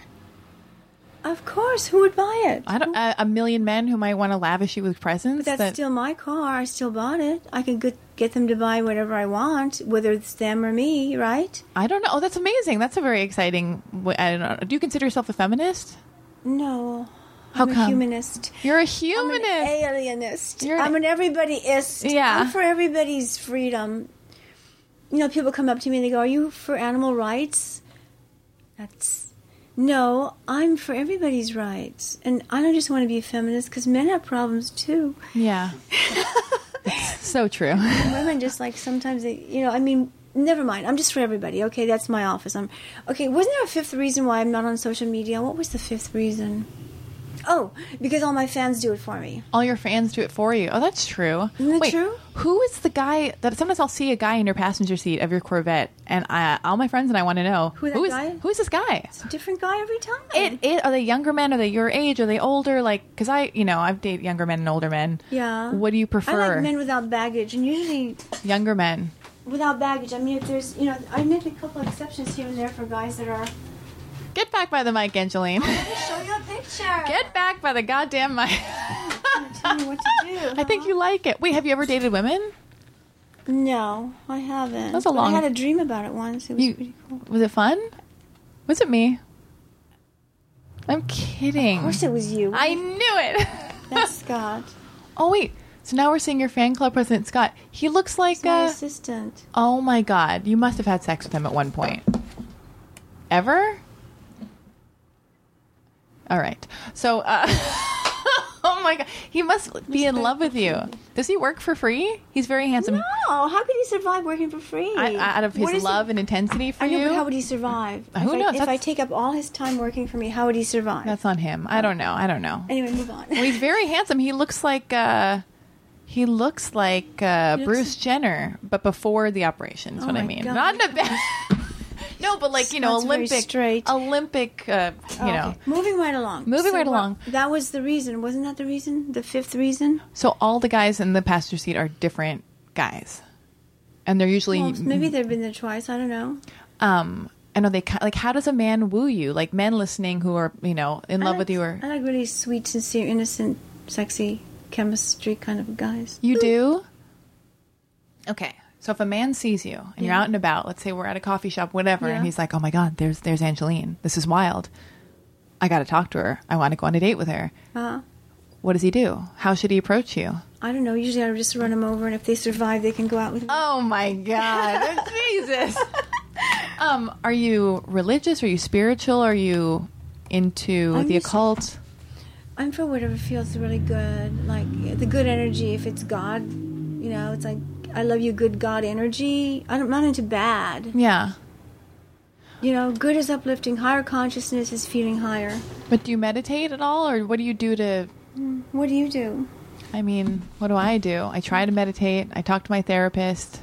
[SPEAKER 3] Of course. Who would buy it?
[SPEAKER 4] I don't. A, a million men who might want to lavish you with presents.
[SPEAKER 3] That's
[SPEAKER 4] that-
[SPEAKER 3] still my car. I still bought it. I can get get them to buy whatever I want, whether it's them or me, right?
[SPEAKER 4] I don't know. Oh, that's amazing. That's a very exciting. wa- I don't know. Do you consider yourself a feminist?
[SPEAKER 3] No.
[SPEAKER 4] How
[SPEAKER 3] I'm a
[SPEAKER 4] come?
[SPEAKER 3] humanist.
[SPEAKER 4] You're a
[SPEAKER 3] I'm an
[SPEAKER 4] humanist.
[SPEAKER 3] alienist.
[SPEAKER 4] You're an-
[SPEAKER 3] I'm an everybodyist.
[SPEAKER 4] Yeah.
[SPEAKER 3] I'm for everybody's freedom. You know, people come up to me and they go, "Are you for animal rights?" That's no. I'm for everybody's rights, and I don't just want to be a feminist because men have problems too.
[SPEAKER 4] yeah. (laughs) It's so true.
[SPEAKER 3] Women just like sometimes they, you know. I mean, never mind. I'm just for everybody. Okay, that's my office. I'm okay. Wasn't there a fifth reason why I'm not on social media? What was the fifth reason? Oh, because all my fans do it for me.
[SPEAKER 4] all your fans do it for you. Oh, that's true.
[SPEAKER 3] Isn't that
[SPEAKER 4] Wait,
[SPEAKER 3] true?
[SPEAKER 4] Who is the guy that sometimes I'll see a guy in your passenger seat of your Corvette, and I, all my friends and I want to know
[SPEAKER 3] Who that
[SPEAKER 4] who is
[SPEAKER 3] guy is?
[SPEAKER 4] who is this guy?
[SPEAKER 3] Different guy every time.
[SPEAKER 4] It, it are they younger men? Are they your age? Are they older? Like, because I, you know, I've dated younger men and older men.
[SPEAKER 3] Yeah.
[SPEAKER 4] What do you
[SPEAKER 3] I
[SPEAKER 4] prefer?
[SPEAKER 3] like men without baggage, and usually
[SPEAKER 4] Younger men.
[SPEAKER 3] without baggage. I mean, if there's, you know, I make a couple exceptions here and there for guys that are.
[SPEAKER 4] Get back by the mic, Angeline.
[SPEAKER 3] Show you a picture.
[SPEAKER 4] (laughs) Get back by the goddamn mic.
[SPEAKER 3] Tell me what to do.
[SPEAKER 4] (laughs) I think you like it. Wait, have you ever dated women?
[SPEAKER 3] No, I haven't.
[SPEAKER 4] That's a
[SPEAKER 3] But
[SPEAKER 4] long- e-
[SPEAKER 3] I had a dream about it once. It was
[SPEAKER 4] You-
[SPEAKER 3] pretty cool. Of
[SPEAKER 4] Was it fun? Was it me? I'm kidding.
[SPEAKER 3] course, it was you.
[SPEAKER 4] I knew
[SPEAKER 3] (laughs)
[SPEAKER 4] it.
[SPEAKER 3] That's
[SPEAKER 4] (laughs)
[SPEAKER 3] Scott,
[SPEAKER 4] Oh wait. So now we're seeing your fan club president Scott. He looks like
[SPEAKER 3] my
[SPEAKER 4] uh,
[SPEAKER 3] assistant.
[SPEAKER 4] oh my god, you must have had sex with him at one point. Ever? All right. So uh (laughs) Oh my god, he must be in love with you. Does he work for free? He's very handsome.
[SPEAKER 3] No, how could he survive working for free?
[SPEAKER 4] I, I- out of
[SPEAKER 3] What
[SPEAKER 4] his
[SPEAKER 3] is he-
[SPEAKER 4] love and intensity for
[SPEAKER 3] I know,
[SPEAKER 4] you.
[SPEAKER 3] but how would he survive?
[SPEAKER 4] Who
[SPEAKER 3] if I,
[SPEAKER 4] knows?
[SPEAKER 3] If I
[SPEAKER 4] That's-
[SPEAKER 3] take up all his time working for me, how would he survive? Oh.
[SPEAKER 4] That's on him. I don't know. I don't know.
[SPEAKER 3] Anyway, move on.
[SPEAKER 4] Well, he's very handsome. He looks like uh He looks like uh, Bruce Jenner, but before the operation is what I
[SPEAKER 3] Oh my
[SPEAKER 4] mean.
[SPEAKER 3] God.
[SPEAKER 4] Not in a bad. (laughs) no, but like you know,
[SPEAKER 3] That's very
[SPEAKER 4] Olympic,
[SPEAKER 3] straight. Oh,
[SPEAKER 4] Olympic. Uh, you
[SPEAKER 3] Okay.
[SPEAKER 4] know.
[SPEAKER 3] (laughs) Moving right along.
[SPEAKER 4] Moving right
[SPEAKER 3] what-
[SPEAKER 4] along.
[SPEAKER 3] That was the reason. Wasn't that the reason? The fifth reason?
[SPEAKER 4] So all the guys in the passenger seat are different guys, and they're usually
[SPEAKER 3] Well, maybe they've been there twice. I don't know.
[SPEAKER 4] um I know they ki- like how does a man woo you? Like men listening who are, you know, in
[SPEAKER 3] I
[SPEAKER 4] love
[SPEAKER 3] like-
[SPEAKER 4] with you or
[SPEAKER 3] I like really sweet, sincere, innocent, sexy chemistry kind of guys.
[SPEAKER 4] you do? Okay. So if a man sees you and you're out and about, let's say we're at a coffee shop whatever
[SPEAKER 3] Yeah.
[SPEAKER 4] and he's like, "Oh my god, there's there's Angeline. This is wild. I got to talk to her. I want to go on a date with her."
[SPEAKER 3] Uh,
[SPEAKER 4] What does he do? How should he approach you?
[SPEAKER 3] I don't know. Usually, I just run them over, and if they survive, they can go out with me.
[SPEAKER 4] Oh my (laughs) god. Jesus. Um are you religious? Are you spiritual? Are you into
[SPEAKER 3] I'm
[SPEAKER 4] the
[SPEAKER 3] just-
[SPEAKER 4] occult?
[SPEAKER 3] I'm for whatever feels really good, like the good energy. If it's God, you know, it's like I love you, good God energy. I don't- I'm not into bad.
[SPEAKER 4] Yeah.
[SPEAKER 3] You know, good is uplifting. Higher consciousness is feeling higher.
[SPEAKER 4] But do you meditate at all, or what do you do to?
[SPEAKER 3] What do you do?
[SPEAKER 4] I mean, what do I do? I try to meditate. I talk to my therapist.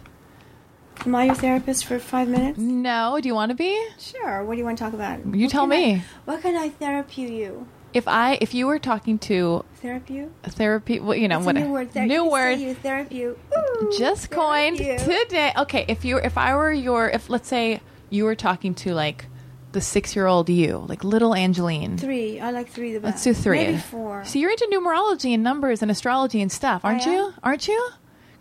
[SPEAKER 3] Am I your therapist for five minutes?
[SPEAKER 4] No, do you want to be?
[SPEAKER 3] Sure. What do you want to talk about?
[SPEAKER 4] You tell
[SPEAKER 3] can I-
[SPEAKER 4] me.
[SPEAKER 3] what can I therapy you?
[SPEAKER 4] If I, if you were talking to
[SPEAKER 3] Therapy you?
[SPEAKER 4] a therapy, well, you know,
[SPEAKER 3] It's
[SPEAKER 4] what
[SPEAKER 3] a new word. Ther-
[SPEAKER 4] new
[SPEAKER 3] you say
[SPEAKER 4] word
[SPEAKER 3] You, therapy you. Ooh,
[SPEAKER 4] just
[SPEAKER 3] therapy
[SPEAKER 4] coined
[SPEAKER 3] you.
[SPEAKER 4] today. Okay, if you, if I were your, if let's say you were talking to like the six-year-old you, like little Angeline.
[SPEAKER 3] Three. I like three the best.
[SPEAKER 4] Let's do three.
[SPEAKER 3] Maybe four.
[SPEAKER 4] So you're into numerology and numbers and astrology and stuff, aren't
[SPEAKER 3] I am. Uh.
[SPEAKER 4] you? Aren't you?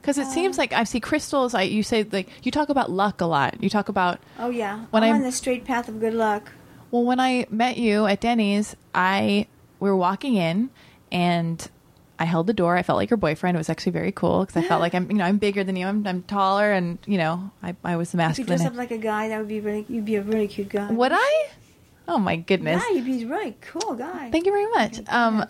[SPEAKER 4] Because it seems like I see crystals. I you say like you talk about luck a lot. You talk about
[SPEAKER 3] oh yeah.
[SPEAKER 4] When
[SPEAKER 3] I'm,
[SPEAKER 4] I'm-
[SPEAKER 3] on the straight path of good luck.
[SPEAKER 4] well. When I met you at Denny's, I we were walking in and I held the door. I felt like your boyfriend. It was actually very cool because I felt like I'm you know I'm bigger than you. I'm, I'm taller and you know I I was the
[SPEAKER 3] If you dress up
[SPEAKER 4] masculine.
[SPEAKER 3] like a guy, that would be really. You'd be a really cute guy.
[SPEAKER 4] Would I? Oh my goodness.
[SPEAKER 3] Yeah, you'd be right. Cool guy.
[SPEAKER 4] Thank you very much. Um,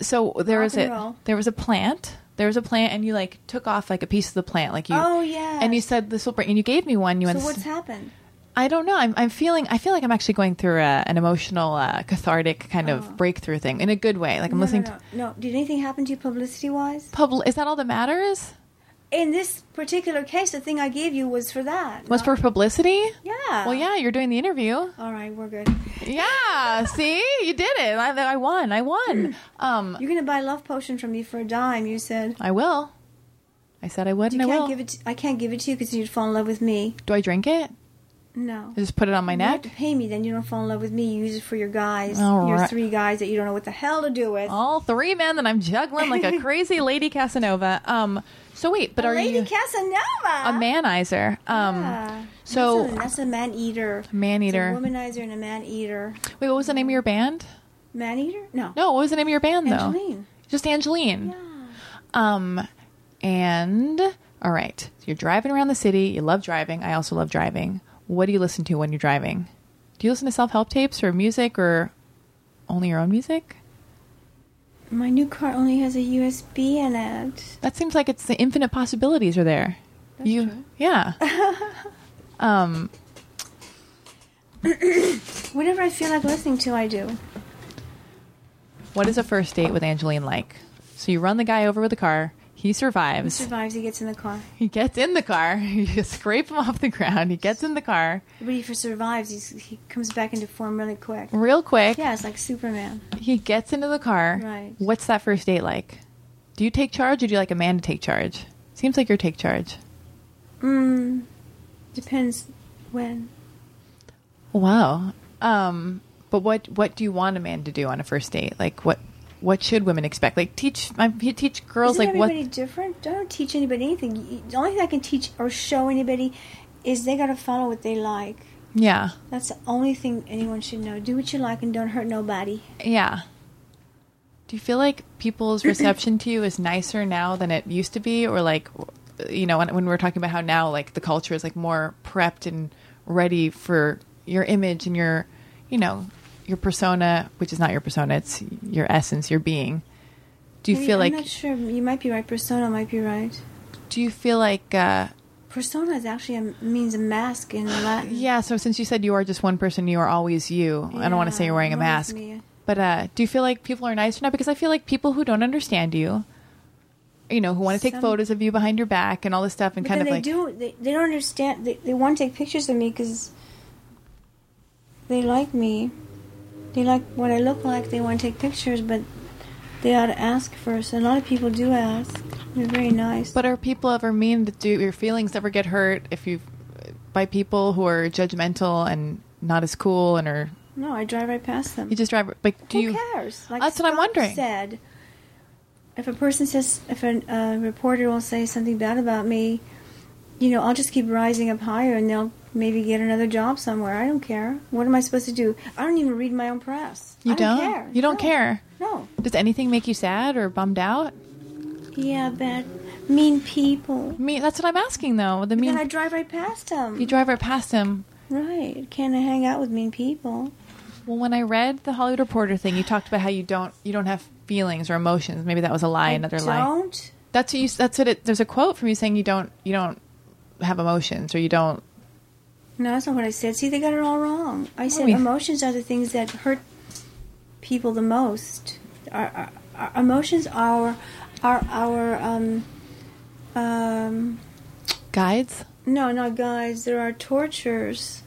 [SPEAKER 4] so there
[SPEAKER 3] Rock
[SPEAKER 4] was
[SPEAKER 3] and
[SPEAKER 4] a
[SPEAKER 3] roll.
[SPEAKER 4] there was a plant. There was a plant, and you like took off like a piece of the plant, like you.
[SPEAKER 3] Oh, yes.
[SPEAKER 4] And you said this will bring, and you gave me one. You
[SPEAKER 3] so
[SPEAKER 4] went.
[SPEAKER 3] what's happened?
[SPEAKER 4] I don't know. I'm I'm feeling. I feel like I'm actually going through a, an emotional, uh, cathartic kind of breakthrough thing in a good way. Like
[SPEAKER 3] Oh.
[SPEAKER 4] I'm
[SPEAKER 3] No,
[SPEAKER 4] listening
[SPEAKER 3] no,
[SPEAKER 4] to.
[SPEAKER 3] no. no. Did anything happen to you publicity wise?
[SPEAKER 4] Pub- is that all that matters?
[SPEAKER 3] In this particular case, the thing I gave you was for that.
[SPEAKER 4] Was
[SPEAKER 3] not-
[SPEAKER 4] for publicity?
[SPEAKER 3] Yeah.
[SPEAKER 4] Well, yeah, you're doing the interview.
[SPEAKER 3] All right, we're good. (laughs)
[SPEAKER 4] Yeah, see, you did it. I, I won. I won. Um,
[SPEAKER 3] You're gonna buy a love potion from me for a dime. You said
[SPEAKER 4] I will. I said I would,
[SPEAKER 3] you
[SPEAKER 4] and I
[SPEAKER 3] can't
[SPEAKER 4] will.
[SPEAKER 3] give it. To, I can't give it to you because you'd fall in love with me.
[SPEAKER 4] Do I drink it?
[SPEAKER 3] No.
[SPEAKER 4] I just put it on my
[SPEAKER 3] You
[SPEAKER 4] neck.
[SPEAKER 3] have to pay me, then you don't fall in love with me. You use it for your guys,
[SPEAKER 4] All
[SPEAKER 3] your
[SPEAKER 4] right.
[SPEAKER 3] three guys that you don't know what the hell to do with.
[SPEAKER 4] all three men that I'm juggling like
[SPEAKER 3] (laughs)
[SPEAKER 4] a crazy lady Casanova. Um, so wait, but are
[SPEAKER 3] Lady
[SPEAKER 4] you
[SPEAKER 3] Casanova,
[SPEAKER 4] a manizer? Um,
[SPEAKER 3] Yeah.
[SPEAKER 4] so-
[SPEAKER 3] that's a, that's a man eater,
[SPEAKER 4] man eater.
[SPEAKER 3] womanizer, and a man eater.
[SPEAKER 4] Wait, what was the name of your band?
[SPEAKER 3] Man eater? No.
[SPEAKER 4] No, what was the name of your band though?
[SPEAKER 3] Angeline.
[SPEAKER 4] Just Angeline.
[SPEAKER 3] Yeah.
[SPEAKER 4] Um, and all right, so you're driving around the city. You love driving. I also love driving. What do you listen to when you're driving? Do you listen to self help tapes or music or only your own music?
[SPEAKER 3] My new car only has a USB in it.
[SPEAKER 4] That seems like it's the infinite possibilities are there. you, (laughs) yeah. um,
[SPEAKER 3] Whatever I feel like listening to, I do.
[SPEAKER 4] What is a first date with Angeline like? So you run the guy over with a car. He
[SPEAKER 3] He
[SPEAKER 4] survives.
[SPEAKER 3] survives. He gets in the car.
[SPEAKER 4] He gets in the car. (laughs) You scrape him off the ground. He gets in the car
[SPEAKER 3] But if he survives, he's, he comes back into form really quick.
[SPEAKER 4] real quick.
[SPEAKER 3] Yeah, it's like Superman.
[SPEAKER 4] He gets into the car.
[SPEAKER 3] Right.
[SPEAKER 4] What's that first date like? Do you take charge or do you like a man to take charge? Seems like you're take charge.
[SPEAKER 3] Mm, depends when.
[SPEAKER 4] Wow. Um, but what what do you want a man to do on a first date? Like what what should women expect? Like teach I teach girls
[SPEAKER 3] Isn't
[SPEAKER 4] like what
[SPEAKER 3] everybody different? I don't teach anybody anything. You- The only thing I can teach or show anybody is they got to follow what they like.
[SPEAKER 4] Yeah.
[SPEAKER 3] That's the only thing anyone should know. Do what you like and don't hurt nobody.
[SPEAKER 4] Yeah. Do you feel like
[SPEAKER 3] (clears throat)
[SPEAKER 4] people's reception to you is nicer now than it used to be, or like, you know, when, when we were talking about how now like the culture is like more prepped and ready for your image and your, you know, your persona, which is not your persona, it's your essence, your being. Do you
[SPEAKER 3] Maybe-
[SPEAKER 4] feel
[SPEAKER 3] I'm
[SPEAKER 4] like?
[SPEAKER 3] not sure. You might be right. Persona might be right.
[SPEAKER 4] Do you feel like? uh
[SPEAKER 3] Persona is actually a, means a mask in Latin.
[SPEAKER 4] Yeah. So since you said you are just one person, you are always you. I don't want to say
[SPEAKER 3] Yeah,
[SPEAKER 4] you're wearing a
[SPEAKER 3] always
[SPEAKER 4] mask,
[SPEAKER 3] me.
[SPEAKER 4] but uh, do you feel like people are nicer now? Because I feel like people who don't understand you you know, who want to take
[SPEAKER 3] Some-
[SPEAKER 4] photos of you behind your back and all this stuff and
[SPEAKER 3] But
[SPEAKER 4] kind
[SPEAKER 3] then
[SPEAKER 4] of
[SPEAKER 3] they
[SPEAKER 4] like
[SPEAKER 3] do. They, they don't understand. They, they want to take pictures of me because they like me. They like what I look like. They want to take pictures, but they ought to ask first. A lot of people do ask. They're very nice.
[SPEAKER 4] But are people ever mean? to Do your feelings ever get hurt if you by people who are judgmental and not as cool and are
[SPEAKER 3] no, I drive right past them.
[SPEAKER 4] you just drive like do
[SPEAKER 3] Who
[SPEAKER 4] you
[SPEAKER 3] cares? Like
[SPEAKER 4] That's what I'm
[SPEAKER 3] Scott
[SPEAKER 4] wondering.
[SPEAKER 3] Said if a person says if a uh, reporter will say something bad about me, you know, I'll just keep rising up higher, and they'll maybe get another job somewhere. I don't care. What am I supposed to do? I don't even read my own press.
[SPEAKER 4] you
[SPEAKER 3] I don't, care.
[SPEAKER 4] you don't
[SPEAKER 3] No.
[SPEAKER 4] care.
[SPEAKER 3] No.
[SPEAKER 4] Does anything make you sad or bummed out?
[SPEAKER 3] Yeah, bad, mean people.
[SPEAKER 4] I mean, that's what I'm asking though. The
[SPEAKER 3] Mean.
[SPEAKER 4] mean
[SPEAKER 3] Then I drive right past them.
[SPEAKER 4] you drive right past him.
[SPEAKER 3] right? Can I hang out with mean people?
[SPEAKER 4] Well, when I read the Hollywood Reporter thing, you talked about how you don't you don't have feelings or emotions. Maybe that was a lie, another lie.
[SPEAKER 3] Don't.
[SPEAKER 4] That's what you. That's what it. There's a quote from you saying you don't you don't have emotions or you don't
[SPEAKER 3] No, that's not what I said. See, they got it all wrong. I said
[SPEAKER 4] we-
[SPEAKER 3] emotions are the things that hurt people the most. Our, our, our emotions are are our um um
[SPEAKER 4] guides.
[SPEAKER 3] no, not guys. There are tortures.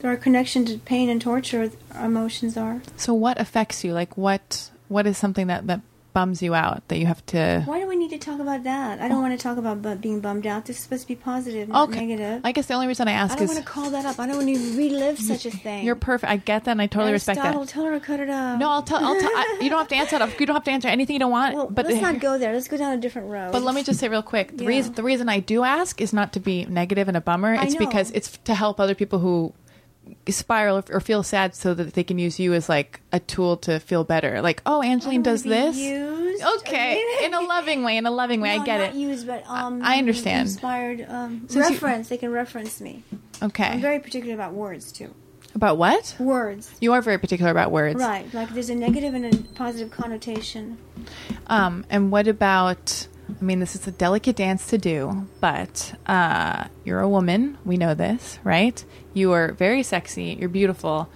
[SPEAKER 3] There are connection to pain and torture. Our emotions are.
[SPEAKER 4] So what affects you? Like what what is something that that bums you out that you have to
[SPEAKER 3] Why do we need to talk about that?
[SPEAKER 4] Oh.
[SPEAKER 3] I don't want to talk about bu- being bummed out. This is supposed to be positive, not negative.
[SPEAKER 4] I guess the only reason I
[SPEAKER 3] I
[SPEAKER 4] ask
[SPEAKER 3] don't
[SPEAKER 4] is
[SPEAKER 3] want to call that up. I don't want to relive such a thing.
[SPEAKER 4] (laughs) you're perfect. I get that and I totally respect that.
[SPEAKER 3] Aristotle, tell her to cut it out.
[SPEAKER 4] No, I'll tell I'll tell I, you don't have to answer that. You don't have to answer anything you don't
[SPEAKER 3] (laughs)
[SPEAKER 4] want.
[SPEAKER 3] Well,
[SPEAKER 4] but (laughs)
[SPEAKER 3] let's not go there. Let's go down a different road.
[SPEAKER 4] But let me just say real quick, the
[SPEAKER 3] Yeah.
[SPEAKER 4] reason the reason I do ask is not to be negative and a bummer. It's
[SPEAKER 3] know.
[SPEAKER 4] because it's to help other people who spiral or- or feel sad so that they can use you as like a tool to feel better. Like, oh, Angeline does
[SPEAKER 3] be
[SPEAKER 4] this.
[SPEAKER 3] used.
[SPEAKER 4] Okay, in a loving way, in a loving way.
[SPEAKER 3] No,
[SPEAKER 4] I get
[SPEAKER 3] not
[SPEAKER 4] it.
[SPEAKER 3] Used, but um,
[SPEAKER 4] I understand.
[SPEAKER 3] Inspired um,
[SPEAKER 4] Since you-
[SPEAKER 3] reference. They can reference me.
[SPEAKER 4] okay.
[SPEAKER 3] I'm very particular about words too.
[SPEAKER 4] About what?
[SPEAKER 3] Words,
[SPEAKER 4] You are very particular about words.
[SPEAKER 3] right? Like there's a negative and a positive connotation.
[SPEAKER 4] Um, and what about? I mean, this is a delicate dance to do, but uh, you're a woman. We know this, right? You are very sexy. You're beautiful.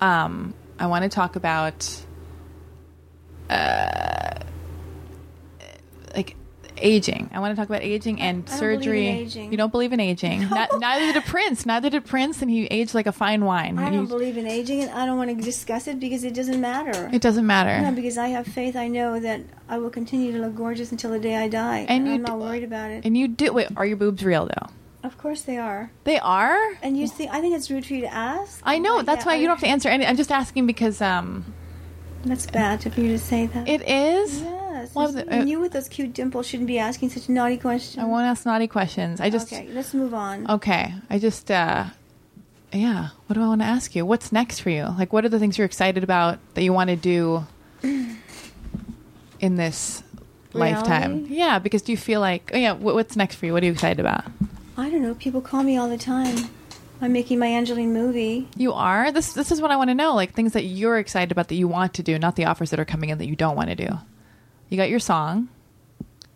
[SPEAKER 4] Um, I want to talk about, uh, like aging. I want to talk about aging and
[SPEAKER 3] I don't believe in
[SPEAKER 4] surgery.
[SPEAKER 3] aging.
[SPEAKER 4] You don't believe in aging.
[SPEAKER 3] (laughs)
[SPEAKER 4] Not- neither did Prince. Neither did Prince, and he aged like a fine wine.
[SPEAKER 3] I
[SPEAKER 4] And
[SPEAKER 3] don't
[SPEAKER 4] you-
[SPEAKER 3] believe in aging, and I don't want to discuss it because it doesn't matter.
[SPEAKER 4] it doesn't matter.
[SPEAKER 3] No, because I have faith. I know that I will continue to look gorgeous until the day I die,
[SPEAKER 4] And
[SPEAKER 3] and,
[SPEAKER 4] you
[SPEAKER 3] I'm
[SPEAKER 4] d-
[SPEAKER 3] not worried about it.
[SPEAKER 4] and you do. Wait, are your boobs real though?
[SPEAKER 3] Of course, they are.
[SPEAKER 4] They are.
[SPEAKER 3] And you see, I think it's rude for you to ask.
[SPEAKER 4] I know.
[SPEAKER 3] But
[SPEAKER 4] That's
[SPEAKER 3] yeah,
[SPEAKER 4] why
[SPEAKER 3] I-
[SPEAKER 4] you don't have to answer any. I'm just asking because um,
[SPEAKER 3] That's bad for you to say that.
[SPEAKER 4] it is.
[SPEAKER 3] Yes.
[SPEAKER 4] Well,
[SPEAKER 3] it's-
[SPEAKER 4] uh,
[SPEAKER 3] you with those cute dimples shouldn't be asking such naughty questions.
[SPEAKER 4] I won't ask naughty questions. I just Oh.
[SPEAKER 3] okay,
[SPEAKER 4] okay.
[SPEAKER 3] let's move on.
[SPEAKER 4] I just uh, yeah. What do I want to ask you? What's next for you? Like, what are the things you're excited about that you want to do
[SPEAKER 3] (clears throat)
[SPEAKER 4] in this lifetime?
[SPEAKER 3] Reality?
[SPEAKER 4] Yeah, because do you feel like oh yeah? What, what's next for you? What are you excited about?
[SPEAKER 3] I don't know. People call me all the time. I'm making my Angeline movie.
[SPEAKER 4] You are this. This is what I want to know. Like things that you're excited about that you want to do, not the offers that are coming in that you don't want to do. You got your song.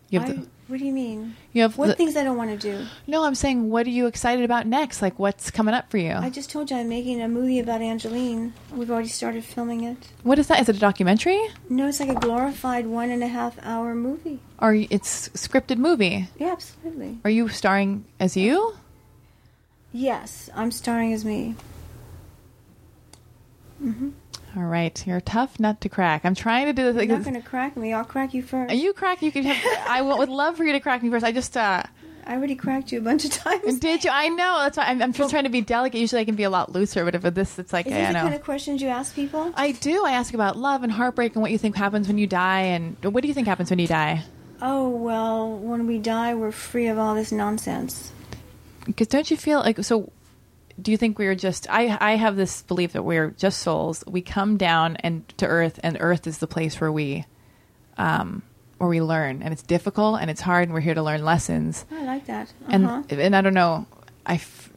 [SPEAKER 4] You have
[SPEAKER 3] I-
[SPEAKER 4] the,
[SPEAKER 3] what do you mean?
[SPEAKER 4] you have
[SPEAKER 3] What
[SPEAKER 4] the-
[SPEAKER 3] things I don't want to do?
[SPEAKER 4] No, I'm saying, what are you excited about next? Like, what's coming up for you?
[SPEAKER 3] I just told you I'm making a movie about Angeline. We've already started filming it.
[SPEAKER 4] what is that? Is it a documentary
[SPEAKER 3] No, it's like a glorified one and a half hour movie.
[SPEAKER 4] or y- it's scripted movie?
[SPEAKER 3] Yeah, absolutely.
[SPEAKER 4] Are you starring as you?
[SPEAKER 3] Yes, I'm starring as me.
[SPEAKER 4] All right, you're a tough nut to crack. I'm trying to do this.
[SPEAKER 3] You're not going to crack me. I'll crack you first.
[SPEAKER 4] Are you crack? You could have. I would would love for you to crack me first. I just uh,
[SPEAKER 3] I already cracked you a bunch of times.
[SPEAKER 4] did you? I know. That's why I'm, I'm just trying to be delicate. Usually, I can be a lot looser, but if with this, it's like eh,
[SPEAKER 3] Is
[SPEAKER 4] I,
[SPEAKER 3] this the
[SPEAKER 4] know.
[SPEAKER 3] kind of questions you ask people?
[SPEAKER 4] I do. I ask about love and heartbreak and what you think happens when you die, and what do you think happens when you die?
[SPEAKER 3] Oh, well, when we die, we're free of all this nonsense.
[SPEAKER 4] Because don't you feel like so? Do you think we're just? I I have this belief that we're just souls. We come down and to Earth, and Earth is the place where we, um, where we learn, and it's difficult and it's hard, and we're here to learn lessons.
[SPEAKER 3] I like that. Uh-huh.
[SPEAKER 4] And and I don't know, I, f-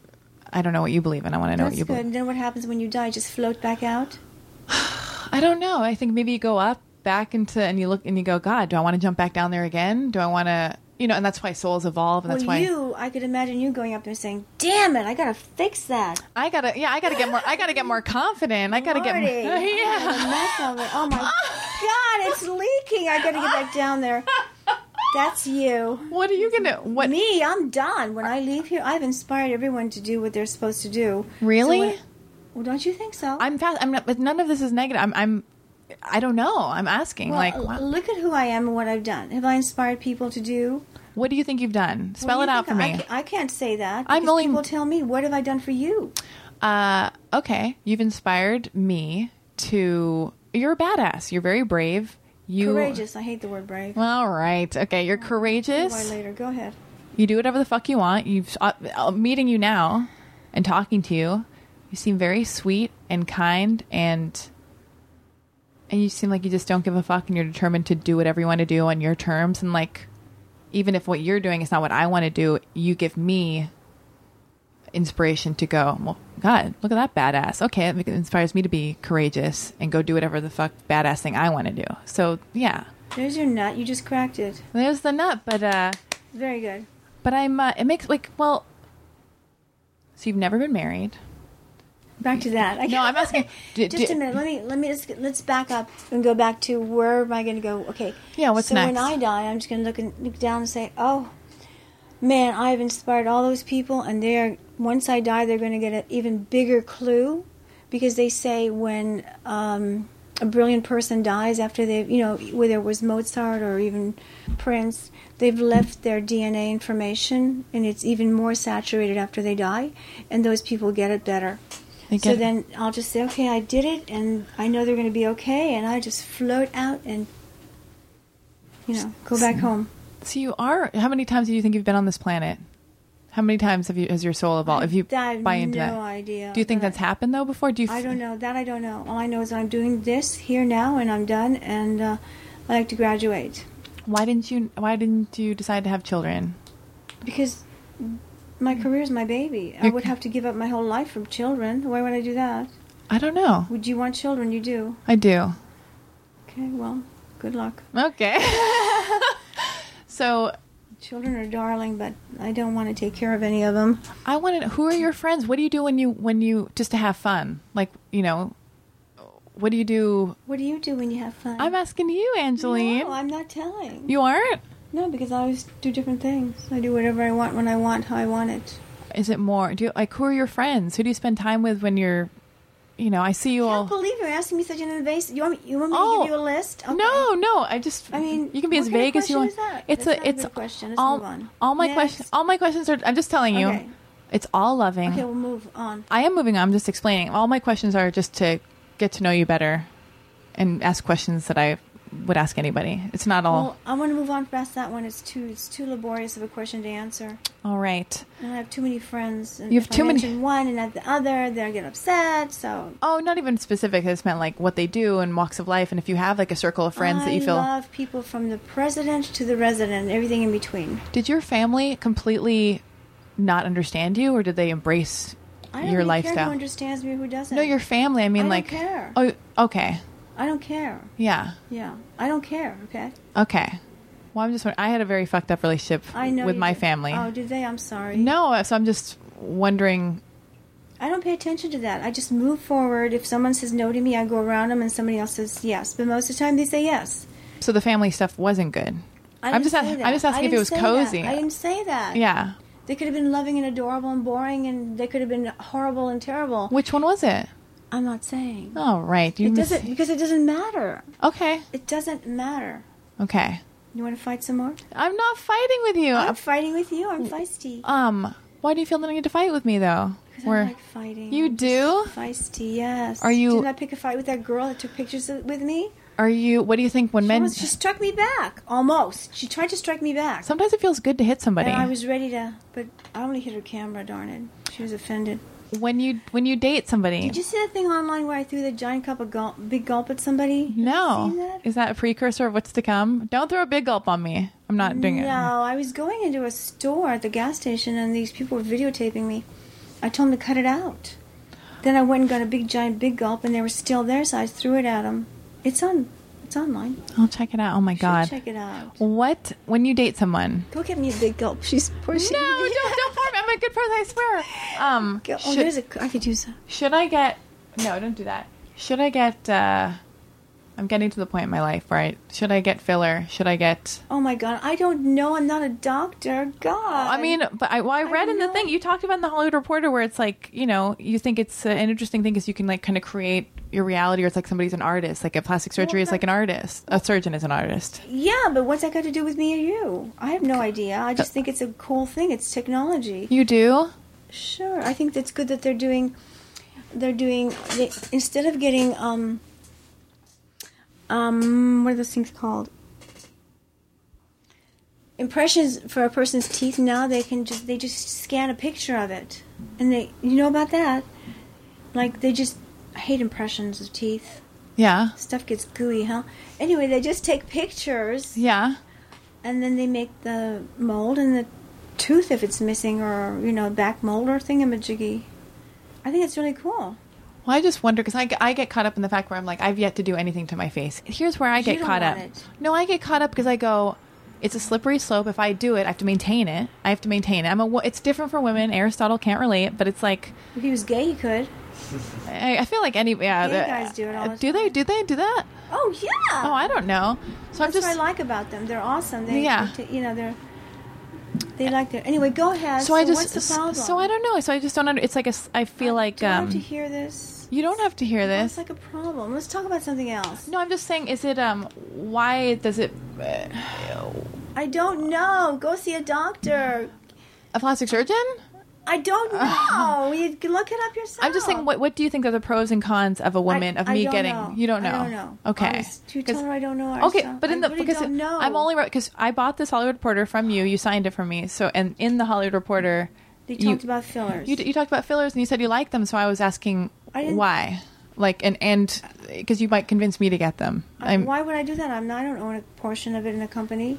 [SPEAKER 4] I don't know what you believe in. I want to know
[SPEAKER 3] That's
[SPEAKER 4] what you
[SPEAKER 3] good.
[SPEAKER 4] believe.
[SPEAKER 3] And then what happens when you die? Just float back out?
[SPEAKER 4] I don't know. I think maybe you go up, back into, and you look and you go, God, do I want to jump back down there again? Do I want to? You know, and that's why souls evolve, and that's
[SPEAKER 3] well,
[SPEAKER 4] why
[SPEAKER 3] you, I could imagine you going up there saying, damn it, I gotta fix that.
[SPEAKER 4] I gotta, yeah, I gotta get more. I gotta get more confident. I gotta
[SPEAKER 3] Marty,
[SPEAKER 4] (laughs) get, more,
[SPEAKER 3] I
[SPEAKER 4] yeah.
[SPEAKER 3] had a mess of it. Oh my God, it's leaking. I gotta get back down there. That's you.
[SPEAKER 4] What are you gonna? What?
[SPEAKER 3] Me, I'm done. When I leave here, I've inspired everyone to do what they're supposed to do.
[SPEAKER 4] Really?
[SPEAKER 3] So when- well, don't you think so?
[SPEAKER 4] I'm fast. I'm not. But none of this is negative. I'm. I'm. I don't know. I'm asking.
[SPEAKER 3] well,
[SPEAKER 4] like,
[SPEAKER 3] l-
[SPEAKER 4] wow.
[SPEAKER 3] look at who I am and what I've done. Have I inspired people to do?
[SPEAKER 4] what do you think you've done? Spell
[SPEAKER 3] What
[SPEAKER 4] it
[SPEAKER 3] do you
[SPEAKER 4] out for
[SPEAKER 3] think? I,
[SPEAKER 4] me.
[SPEAKER 3] I can't say that.
[SPEAKER 4] I'm
[SPEAKER 3] because
[SPEAKER 4] only-
[SPEAKER 3] people tell me, what have I done for you?
[SPEAKER 4] Uh, okay, you've inspired me to. You're a badass. You're very brave. You
[SPEAKER 3] Courageous. I hate the word brave.
[SPEAKER 4] All right. Okay, you're
[SPEAKER 3] Why
[SPEAKER 4] courageous.
[SPEAKER 3] later? Go ahead.
[SPEAKER 4] You do whatever the fuck you want. You've uh, uh, meeting you now and talking to you. You seem very sweet and kind and and you seem like you just don't give a fuck and you're determined to do whatever you want to do on your terms and like even if what you're doing is not what I want to do, you give me inspiration to go, well, God, look at that badass. Okay, it inspires me to be courageous and go do whatever the fuck badass thing I want to do. So, yeah.
[SPEAKER 3] There's your nut. You just cracked it.
[SPEAKER 4] There's the nut, but uh
[SPEAKER 3] Very good.
[SPEAKER 4] but I'm. Uh, it makes like well. So you've never been married?
[SPEAKER 3] Back to that. I
[SPEAKER 4] No,
[SPEAKER 3] (laughs)
[SPEAKER 4] I'm asking. d-
[SPEAKER 3] Just
[SPEAKER 4] d-
[SPEAKER 3] a minute. Let me let me let's, let's back up and go back to where am I going to go? Okay.
[SPEAKER 4] Yeah, what's
[SPEAKER 3] so when
[SPEAKER 4] next?
[SPEAKER 3] I die, I'm just going to look and look down and say, "Oh, man, I've inspired all those people, and they're once I die, they're going to get an even bigger clue, because they say when um, a brilliant person dies after they, have you know, whether it was Mozart or even Prince, they've left their DNA information, and it's even more saturated after they die, and those people get it better.
[SPEAKER 4] They
[SPEAKER 3] So
[SPEAKER 4] get-
[SPEAKER 3] then I'll just say, okay, I did it, and I know they're going to be okay, and I just float out and, you know, go back home.
[SPEAKER 4] So you are. How many times do you think you've been on this planet? How many times have you has your soul evolved? If you
[SPEAKER 3] I have
[SPEAKER 4] buy into
[SPEAKER 3] no
[SPEAKER 4] that,
[SPEAKER 3] idea.
[SPEAKER 4] Do you think
[SPEAKER 3] But
[SPEAKER 4] that's happened though before? Do you?
[SPEAKER 3] I don't know. That I don't know. All I know is I'm doing this here now, and I'm done, and uh, I like to graduate
[SPEAKER 4] Why didn't you? Why didn't you decide to have children?
[SPEAKER 3] because my career is my baby. I
[SPEAKER 4] Your-
[SPEAKER 3] would have to give up my whole life from children. Why would I do that?
[SPEAKER 4] I don't know.
[SPEAKER 3] Would you want children? You do.
[SPEAKER 4] I do.
[SPEAKER 3] Okay. Well, good luck.
[SPEAKER 4] Okay. (laughs) so
[SPEAKER 3] Children are darling, but I don't want to take care of any of them.
[SPEAKER 4] I want to. Who are your friends? What do you do when you when you just to have fun? Like you know, what do you do?
[SPEAKER 3] What do you do when you have fun?
[SPEAKER 4] I'm asking you, Angeline.
[SPEAKER 3] Uh, No, I'm not telling.
[SPEAKER 4] You aren't?
[SPEAKER 3] No, because I always do different things. I do whatever I want, when I want, how I want it.
[SPEAKER 4] Is it more? Do you, like who are your friends? Who do you spend time with when you're, you know? I see you
[SPEAKER 3] I
[SPEAKER 4] all.
[SPEAKER 3] can't believe you're asking me such an invasive. You want me, you want me
[SPEAKER 4] Oh,
[SPEAKER 3] to give you a list? Okay.
[SPEAKER 4] No, no. I just.
[SPEAKER 3] I mean,
[SPEAKER 4] you can be
[SPEAKER 3] what
[SPEAKER 4] as
[SPEAKER 3] kind of
[SPEAKER 4] vague as you want.
[SPEAKER 3] question is that?
[SPEAKER 4] It's
[SPEAKER 3] That's
[SPEAKER 4] a.
[SPEAKER 3] not a
[SPEAKER 4] it's
[SPEAKER 3] good question. Let's
[SPEAKER 4] all.
[SPEAKER 3] move on.
[SPEAKER 4] All my
[SPEAKER 3] Next.
[SPEAKER 4] questions. All my questions are. I'm just telling you.
[SPEAKER 3] Okay.
[SPEAKER 4] It's all loving.
[SPEAKER 3] Okay, we'll move on.
[SPEAKER 4] I am moving on. I'm just explaining. All my questions are just to get to know you better, and ask questions that I would ask anybody. It's not all.
[SPEAKER 3] Well, I want to move on past that one. It's too it's too laborious of a question to answer.
[SPEAKER 4] all right.
[SPEAKER 3] And I have too many friends. And
[SPEAKER 4] You have
[SPEAKER 3] if I
[SPEAKER 4] too many-
[SPEAKER 3] mention one and not the other, they'll get upset. So
[SPEAKER 4] Oh, not even specific. I just meant like what they do and walks of life, and if you have like a circle of friends
[SPEAKER 3] I
[SPEAKER 4] that you feel.
[SPEAKER 3] love people from the president to the resident, everything in between.
[SPEAKER 4] Did your family completely not understand you, or did they embrace
[SPEAKER 3] I don't
[SPEAKER 4] your
[SPEAKER 3] really care
[SPEAKER 4] lifestyle?
[SPEAKER 3] who understands me, who doesn't.
[SPEAKER 4] no, your family. I mean,
[SPEAKER 3] don't
[SPEAKER 4] like,
[SPEAKER 3] care.
[SPEAKER 4] oh, okay,
[SPEAKER 3] I don't care.
[SPEAKER 4] yeah,
[SPEAKER 3] Yeah, I don't care. Okay.
[SPEAKER 4] okay. Well, I'm just. wondering- I had a very fucked up relationship
[SPEAKER 3] I know
[SPEAKER 4] with
[SPEAKER 3] you
[SPEAKER 4] my
[SPEAKER 3] did-
[SPEAKER 4] family.
[SPEAKER 3] Oh, did they? I'm sorry.
[SPEAKER 4] no, so I'm just wondering.
[SPEAKER 3] I don't pay attention to that. I just move forward. If someone says no to me, I go around them, and somebody else says yes. But most of the time, they say yes.
[SPEAKER 4] So the family stuff wasn't good.
[SPEAKER 3] I
[SPEAKER 4] I'm
[SPEAKER 3] didn't
[SPEAKER 4] just
[SPEAKER 3] say
[SPEAKER 4] asking- I'm
[SPEAKER 3] that.
[SPEAKER 4] just asking
[SPEAKER 3] I
[SPEAKER 4] if it
[SPEAKER 3] didn't
[SPEAKER 4] was
[SPEAKER 3] say
[SPEAKER 4] cozy.
[SPEAKER 3] That. I didn't say that.
[SPEAKER 4] Yeah.
[SPEAKER 3] They could have been loving and adorable and boring, and they could have been horrible and terrible.
[SPEAKER 4] Which one was it?
[SPEAKER 3] I'm not saying.
[SPEAKER 4] All right. You
[SPEAKER 3] It
[SPEAKER 4] mis-
[SPEAKER 3] doesn't because it doesn't matter.
[SPEAKER 4] Okay.
[SPEAKER 3] It doesn't matter.
[SPEAKER 4] Okay.
[SPEAKER 3] You want to fight some more?
[SPEAKER 4] I'm not fighting with you.
[SPEAKER 3] I'm fighting with you. I'm feisty.
[SPEAKER 4] um. Why do you feel the need to fight with me though?
[SPEAKER 3] Because
[SPEAKER 4] We're-
[SPEAKER 3] I like fighting.
[SPEAKER 4] you do.
[SPEAKER 3] Feisty, yes.
[SPEAKER 4] Are you-
[SPEAKER 3] Didn't I pick a fight with that girl that took pictures of- with me?
[SPEAKER 4] Are you? What do you think when
[SPEAKER 3] She,
[SPEAKER 4] men?
[SPEAKER 3] almost- she struck me back, almost. She tried to strike me back.
[SPEAKER 4] Sometimes it feels good to hit somebody.
[SPEAKER 3] and I was ready to, but I only hit her camera, darn it. She was offended.
[SPEAKER 4] when you when you date somebody.
[SPEAKER 3] Did you see that thing online where I threw the giant cup of gulp, big gulp at somebody?
[SPEAKER 4] no,
[SPEAKER 3] Seen that?
[SPEAKER 4] is that a precursor of what's to come? Don't throw a big gulp on me. I'm not doing
[SPEAKER 3] No,
[SPEAKER 4] it.
[SPEAKER 3] I was going into a store at the gas station and these people were videotaping me. I told them to cut it out. Then I went and got a big giant big gulp and they were still there, so I threw it at them. It's on, it's online.
[SPEAKER 4] I'll check it out. Oh my
[SPEAKER 3] You should
[SPEAKER 4] god.
[SPEAKER 3] check it out.
[SPEAKER 4] What when you date someone?
[SPEAKER 3] Go get me a big gulp. She's poor.
[SPEAKER 4] No, don't (laughs)
[SPEAKER 3] (laughs)
[SPEAKER 4] don't harm. me. I'm a good person. I swear. Um,
[SPEAKER 3] Go, oh,
[SPEAKER 4] should,
[SPEAKER 3] there's a. I could use that.
[SPEAKER 4] should I get? No, don't do that. Should I get? uh I'm getting to the point in my life where I should I get filler? Should I get?
[SPEAKER 3] Oh my God, I don't know. I'm not a doctor. God.
[SPEAKER 4] I mean, but I, well, I read in the
[SPEAKER 3] know.
[SPEAKER 4] thing you talked about in the Hollywood Reporter where it's like you know you think it's uh, an interesting thing is you can like kind of create your reality or it's like somebody's an artist like a plastic surgery is like an artist a surgeon is an artist
[SPEAKER 3] yeah, but what's that got to do with me or you? I have no idea. I just think it's a cool thing. It's technology.
[SPEAKER 4] you do
[SPEAKER 3] Sure, I think that's good that they're doing. They're doing they, instead of getting um. Um, what are those things called? Impressions for a person's teeth now they can just they just scan a picture of it, and they you know about that, like they just I hate impressions of teeth.
[SPEAKER 4] yeah
[SPEAKER 3] Stuff gets gooey, huh? Anyway, they just take pictures
[SPEAKER 4] yeah
[SPEAKER 3] and then they make the mold and the tooth if it's missing or you know back mold or thingamajiggy i think it's really cool
[SPEAKER 4] Well, I just wonder because I, I get caught up in the fact where I'm like, I've yet to do anything to my face. Here's where I get
[SPEAKER 3] don't
[SPEAKER 4] caught up.
[SPEAKER 3] want it.
[SPEAKER 4] No, I get caught up because I go, it's a slippery slope. If I do it, I have to maintain it. I have to maintain it. I'm a, wo- it's different for women. Aristotle can't relate, but it's like,
[SPEAKER 3] if he was gay he could
[SPEAKER 4] I, I feel like any, yeah.
[SPEAKER 3] Gay
[SPEAKER 4] the- uh,
[SPEAKER 3] guys do it all the
[SPEAKER 4] Do they, do they do that?
[SPEAKER 3] oh yeah
[SPEAKER 4] Oh, I don't know. So I'm
[SPEAKER 3] that's
[SPEAKER 4] just,
[SPEAKER 3] what i like about them they're awesome they
[SPEAKER 4] Yeah.
[SPEAKER 3] they ta- you know they're they like their anyway go ahead
[SPEAKER 4] so I just,
[SPEAKER 3] what's the problem
[SPEAKER 4] so I don't know. So I just don't, under, it's like, a s I feel like,
[SPEAKER 3] do I have to
[SPEAKER 4] um,
[SPEAKER 3] hear this
[SPEAKER 4] you don't have to hear this.
[SPEAKER 3] it's like a problem let's talk about something else
[SPEAKER 4] no, I'm just saying, is it, um, why does it, uh,
[SPEAKER 3] i don't know go see a doctor
[SPEAKER 4] a plastic surgeon?
[SPEAKER 3] i don't know you can look it up yourself
[SPEAKER 4] Uh, I'm just saying, what what do you think are the pros and cons of a woman
[SPEAKER 3] I-
[SPEAKER 4] of
[SPEAKER 3] I
[SPEAKER 4] me
[SPEAKER 3] don't
[SPEAKER 4] getting?
[SPEAKER 3] know.
[SPEAKER 4] You don't know.
[SPEAKER 3] I don't know.
[SPEAKER 4] Okay.
[SPEAKER 3] Honest, you
[SPEAKER 4] 'Cause-
[SPEAKER 3] tell her I don't know.
[SPEAKER 4] Okay,
[SPEAKER 3] Arsha.
[SPEAKER 4] but in
[SPEAKER 3] I
[SPEAKER 4] the
[SPEAKER 3] really
[SPEAKER 4] because
[SPEAKER 3] don't know.
[SPEAKER 4] I'm only because I bought this Hollywood Reporter from you. You signed it for me. So and in the Hollywood Reporter,
[SPEAKER 3] they
[SPEAKER 4] you-
[SPEAKER 3] talked about fillers.
[SPEAKER 4] you, you talked about fillers and you said you liked them. So I was asking
[SPEAKER 3] I didn't-
[SPEAKER 4] why, like and and because you might convince me to get them. I'm
[SPEAKER 3] Why would I do that? I'm not. I don't own a portion of it in a company.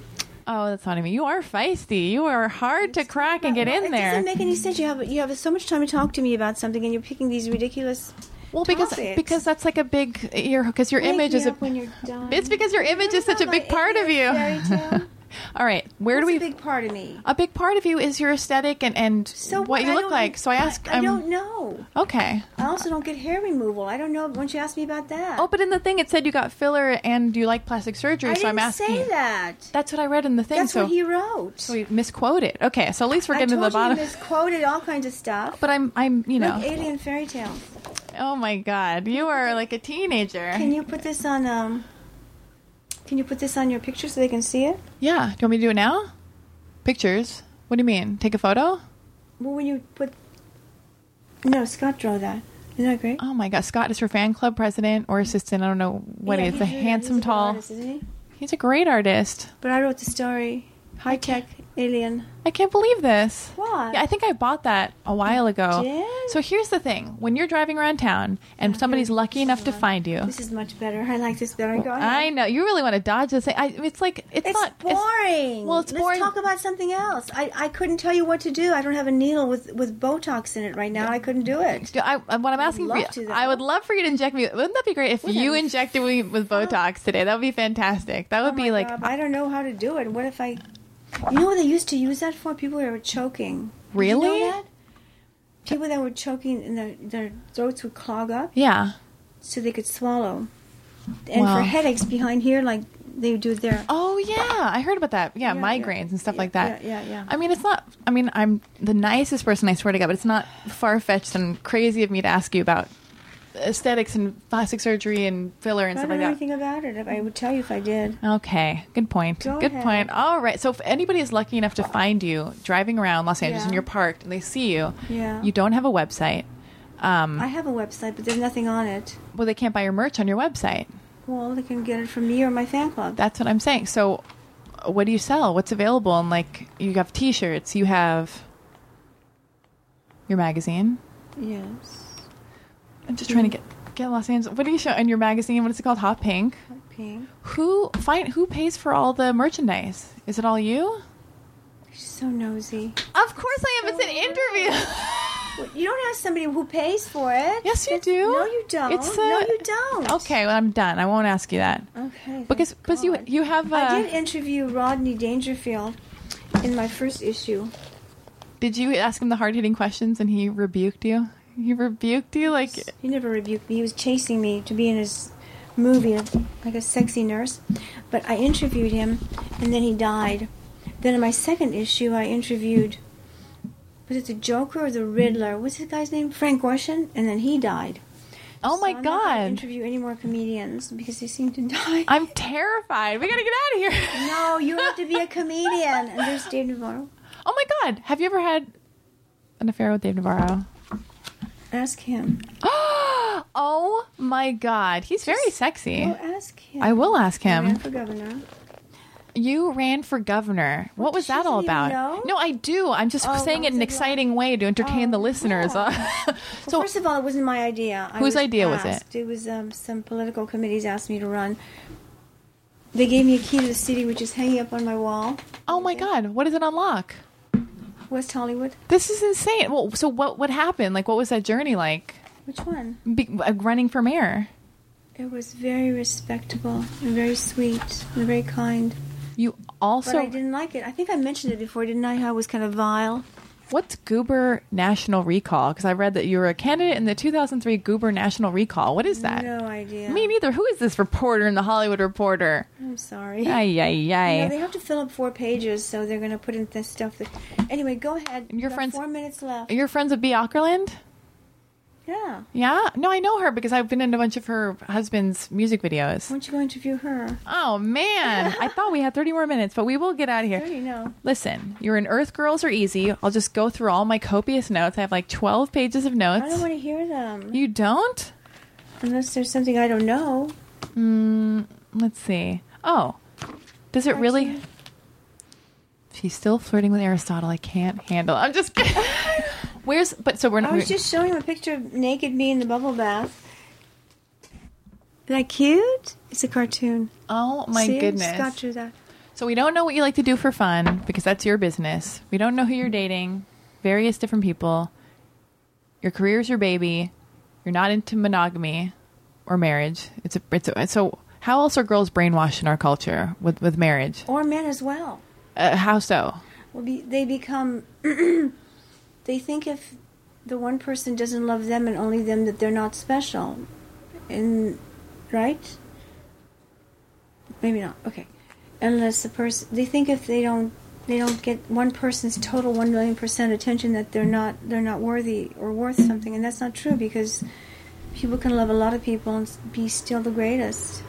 [SPEAKER 4] oh that's not even. You are feisty. You are hard to crack and get in
[SPEAKER 3] it doesn't
[SPEAKER 4] there.
[SPEAKER 3] make any sense. You have you have so much time to talk to me about something, and you're picking these ridiculous.
[SPEAKER 4] Well, because
[SPEAKER 3] topics.
[SPEAKER 4] because that's like a big your because your
[SPEAKER 3] Wake
[SPEAKER 4] image
[SPEAKER 3] me
[SPEAKER 4] is a
[SPEAKER 3] up when you're done.
[SPEAKER 4] it's because your image is such a big part of you. (laughs)
[SPEAKER 3] Fairy tale.
[SPEAKER 4] All right, where
[SPEAKER 3] It's
[SPEAKER 4] do we?
[SPEAKER 3] a big part of me.
[SPEAKER 4] a big part of you is your aesthetic and, and
[SPEAKER 3] So
[SPEAKER 4] what you
[SPEAKER 3] I
[SPEAKER 4] look
[SPEAKER 3] don't-
[SPEAKER 4] like. So I ask,
[SPEAKER 3] I,
[SPEAKER 4] um,
[SPEAKER 3] don't know.
[SPEAKER 4] okay.
[SPEAKER 3] I also don't get hair removal. I don't know. Why don't you ask me about that?
[SPEAKER 4] Oh, but in the thing it said you got filler and you like plastic surgery.
[SPEAKER 3] I
[SPEAKER 4] so I'm
[SPEAKER 3] didn't
[SPEAKER 4] asking.
[SPEAKER 3] say
[SPEAKER 4] you.
[SPEAKER 3] that.
[SPEAKER 4] That's what I read in the thing.
[SPEAKER 3] That's
[SPEAKER 4] so
[SPEAKER 3] what he wrote.
[SPEAKER 4] we misquoted. Okay, so at least we're
[SPEAKER 3] I
[SPEAKER 4] getting to
[SPEAKER 3] told
[SPEAKER 4] the bottom.
[SPEAKER 3] you he misquoted all kinds of stuff.
[SPEAKER 4] but I'm I'm you know.
[SPEAKER 3] Like alien fairy tales.
[SPEAKER 4] oh my god, you are like a teenager.
[SPEAKER 3] Can you put this on um can you put this on your picture so they can see it?
[SPEAKER 4] yeah. Do you want me to do it now? Pictures. What do you mean? Take a photo?
[SPEAKER 3] Well when you put No, Scott drew that. Isn't that great?
[SPEAKER 4] Oh my god, Scott is her fan club president or assistant. I don't know what
[SPEAKER 3] Yeah,
[SPEAKER 4] he is.
[SPEAKER 3] he
[SPEAKER 4] A
[SPEAKER 3] drew that.
[SPEAKER 4] handsome,
[SPEAKER 3] He's a good
[SPEAKER 4] tall.
[SPEAKER 3] artist, isn't he?
[SPEAKER 4] He's a great artist.
[SPEAKER 3] But I wrote the story. High tech alien.
[SPEAKER 4] I can't believe this.
[SPEAKER 3] What?
[SPEAKER 4] Yeah, I think I bought that a while ago.
[SPEAKER 3] did?
[SPEAKER 4] So here's the thing: when you're driving around town and somebody's lucky enough to find you,
[SPEAKER 3] This is much better. I like this better. Go ahead.
[SPEAKER 4] I know you really want to dodge this thing. I, it's like it's,
[SPEAKER 3] it's
[SPEAKER 4] not it's-
[SPEAKER 3] boring.
[SPEAKER 4] well, it's
[SPEAKER 3] Let's
[SPEAKER 4] boring.
[SPEAKER 3] talk about something else. I, I couldn't tell you what to do. I don't have a needle with, with Botox in it right now. I couldn't do it.
[SPEAKER 4] Do I, I- what I'm asking for
[SPEAKER 3] love
[SPEAKER 4] you,
[SPEAKER 3] to, though.
[SPEAKER 4] I would love for you to inject me. Wouldn't that be great if
[SPEAKER 3] that
[SPEAKER 4] you
[SPEAKER 3] be
[SPEAKER 4] injected me with Botox today? That would be fantastic. That would
[SPEAKER 3] Oh
[SPEAKER 4] be
[SPEAKER 3] my
[SPEAKER 4] like
[SPEAKER 3] God, I don't know how to do it. What if I? You know what they used to use that for? People that were choking. Did you know
[SPEAKER 4] Really?
[SPEAKER 3] that? People that were choking and their their throats would clog up
[SPEAKER 4] yeah.
[SPEAKER 3] so they could swallow. And
[SPEAKER 4] Wow.
[SPEAKER 3] for headaches behind here, like they do there.
[SPEAKER 4] Oh yeah, I heard about that. Yeah,
[SPEAKER 3] Yeah,
[SPEAKER 4] migraines
[SPEAKER 3] yeah.
[SPEAKER 4] and stuff
[SPEAKER 3] Yeah,
[SPEAKER 4] like that.
[SPEAKER 3] yeah, yeah, yeah.
[SPEAKER 4] I mean, it's not. I mean, I'm the nicest person, I swear to God, but it's not far fetched and crazy of me to ask you about aesthetics and plastic surgery and filler and
[SPEAKER 3] I
[SPEAKER 4] stuff
[SPEAKER 3] don't
[SPEAKER 4] like
[SPEAKER 3] know
[SPEAKER 4] that.
[SPEAKER 3] anything about it. I would tell you if I did.
[SPEAKER 4] Okay, good point.
[SPEAKER 3] Go
[SPEAKER 4] good
[SPEAKER 3] ahead.
[SPEAKER 4] point. All right. So if anybody is lucky enough to find you driving around Los Angeles
[SPEAKER 3] Yeah.
[SPEAKER 4] and you're parked and they see you,
[SPEAKER 3] Yeah.
[SPEAKER 4] you don't have a website. Um,
[SPEAKER 3] I have a website, but there's nothing on it.
[SPEAKER 4] well, they can't buy your merch on your website.
[SPEAKER 3] Well, they can get it from me or my fan club.
[SPEAKER 4] That's what I'm saying. So, what do you sell? What's available? And like, you have T-shirts. You have your magazine.
[SPEAKER 3] yes,
[SPEAKER 4] I'm just trying to get get Los Angeles. What do you show in your magazine? What is it called? Hot Pink.
[SPEAKER 3] pink.
[SPEAKER 4] Who find who pays for all the merchandise? Is it all you?
[SPEAKER 3] She's so nosy.
[SPEAKER 4] Of course I am. It's an interview.
[SPEAKER 3] Well, You don't have somebody who pays for it.
[SPEAKER 4] (laughs) Yes, you
[SPEAKER 3] That's-
[SPEAKER 4] do.
[SPEAKER 3] No, you don't.
[SPEAKER 4] It's, uh,
[SPEAKER 3] no, you don't.
[SPEAKER 4] Okay, well, I'm done. I won't ask you that
[SPEAKER 3] Okay.
[SPEAKER 4] because
[SPEAKER 3] thank
[SPEAKER 4] because you
[SPEAKER 3] God.
[SPEAKER 4] you have. Uh,
[SPEAKER 3] I did
[SPEAKER 4] did,
[SPEAKER 3] interview Rodney Dangerfield in my first issue.
[SPEAKER 4] you ask him the hard hitting questions and he rebuked you? He rebuked you like
[SPEAKER 3] He never rebuked me. He was chasing me to be in his movie of like a sexy nurse, but I interviewed him, and then he died. Then in my second issue, I interviewed was it the Joker or the Riddler? What's the guy's name? Frank Ocean, and then he died.
[SPEAKER 4] Oh my
[SPEAKER 3] So I'm not gonna
[SPEAKER 4] god.
[SPEAKER 3] interview any more comedians because they seem to (laughs) die.
[SPEAKER 4] I'm terrified. We gotta get out of here.
[SPEAKER 3] no, you have to be a comedian. And there's Dave Navarro.
[SPEAKER 4] (laughs) Oh my god. Have you ever had an affair with Dave Navarro? (gasps)
[SPEAKER 3] Ask him.
[SPEAKER 4] oh my god. He's very sexy.
[SPEAKER 3] Oh, ask him.
[SPEAKER 4] I will ask
[SPEAKER 3] Ran
[SPEAKER 4] him.
[SPEAKER 3] for governor.
[SPEAKER 4] You ran for governor. What was
[SPEAKER 3] she
[SPEAKER 4] that all
[SPEAKER 3] doesn't even
[SPEAKER 4] about?
[SPEAKER 3] know?
[SPEAKER 4] No, I do. I'm just
[SPEAKER 3] Oh,
[SPEAKER 4] saying
[SPEAKER 3] that was a
[SPEAKER 4] it in an
[SPEAKER 3] good-
[SPEAKER 4] exciting way to entertain the listeners. (laughs)
[SPEAKER 3] Well,
[SPEAKER 4] so
[SPEAKER 3] first of all, it wasn't my idea. I
[SPEAKER 4] Whose idea was it?
[SPEAKER 3] asked. It was um, some political committees asked me to run. They gave me a key to the city, which is hanging up on my wall,
[SPEAKER 4] Oh my god, what does it unlock?
[SPEAKER 3] West Hollywood.
[SPEAKER 4] This is insane. Well, so what what happened? Like what was that journey like?
[SPEAKER 3] Which one?
[SPEAKER 4] Be, uh, running for mayor.
[SPEAKER 3] It was very respectable and very sweet and very kind.
[SPEAKER 4] You
[SPEAKER 3] But
[SPEAKER 4] also
[SPEAKER 3] I didn't like it. I think I mentioned it before, didn't I? How it was kind of vile.
[SPEAKER 4] What's Goober National Recall? Because I read that you were a candidate in the 2003 Goober National Recall. What is that?
[SPEAKER 3] No idea.
[SPEAKER 4] Me neither. Who is this reporter in the Hollywood Reporter?
[SPEAKER 3] I'm sorry.
[SPEAKER 4] Ay, ay,
[SPEAKER 3] You know,
[SPEAKER 4] ay.
[SPEAKER 3] they have to fill up four pages, so they're going to put in this stuff. That... Anyway, go ahead.
[SPEAKER 4] Your
[SPEAKER 3] Got
[SPEAKER 4] friends-
[SPEAKER 3] Four minutes left.
[SPEAKER 4] You're friends with Bea Ockerland?
[SPEAKER 3] Yeah.
[SPEAKER 4] Yeah? No, I know her because I've been in a bunch of her husband's music videos.
[SPEAKER 3] Why don't you go interview her?
[SPEAKER 4] Oh, man.
[SPEAKER 3] (laughs)
[SPEAKER 4] I thought we had 30 more minutes, but we will get out of
[SPEAKER 3] I
[SPEAKER 4] here.
[SPEAKER 3] already know.
[SPEAKER 4] Listen, you're in Earth Girls Are Easy. I'll just go through all my copious notes. I have like 12 pages of
[SPEAKER 3] I don't
[SPEAKER 4] notes.
[SPEAKER 3] want to hear them.
[SPEAKER 4] You don't?
[SPEAKER 3] Unless there's something I don't know.
[SPEAKER 4] Let's see. Oh, does it really? She's still flirting with Aristotle. I can't handle. It. I'm just
[SPEAKER 3] (laughs)
[SPEAKER 4] kidding. Where's? But so we're not.
[SPEAKER 3] I was just showing him a picture of naked me in the bubble bath. Is that cute? It's a cartoon.
[SPEAKER 4] oh my
[SPEAKER 3] See, I just
[SPEAKER 4] goodness.
[SPEAKER 3] got you that.
[SPEAKER 4] So we don't know what you like to do for fun because that's your business. We don't know who you're dating. Various different people. Your career's your baby. You're not into monogamy or marriage. It's a. It's a, so. How else are girls brainwashed in our culture with with marriage?
[SPEAKER 3] Or men as well.
[SPEAKER 4] Uh, how so?
[SPEAKER 3] Well, be, they become. (clears throat) they think if the one person doesn't love them and only them, that they're not special. And right? Maybe not. Okay. Unless the person, they think if they don't, they don't get one person's total one million percent attention, that they're not, they're not worthy or worth something, and that's not true because people can love a lot of people and s- be still the greatest.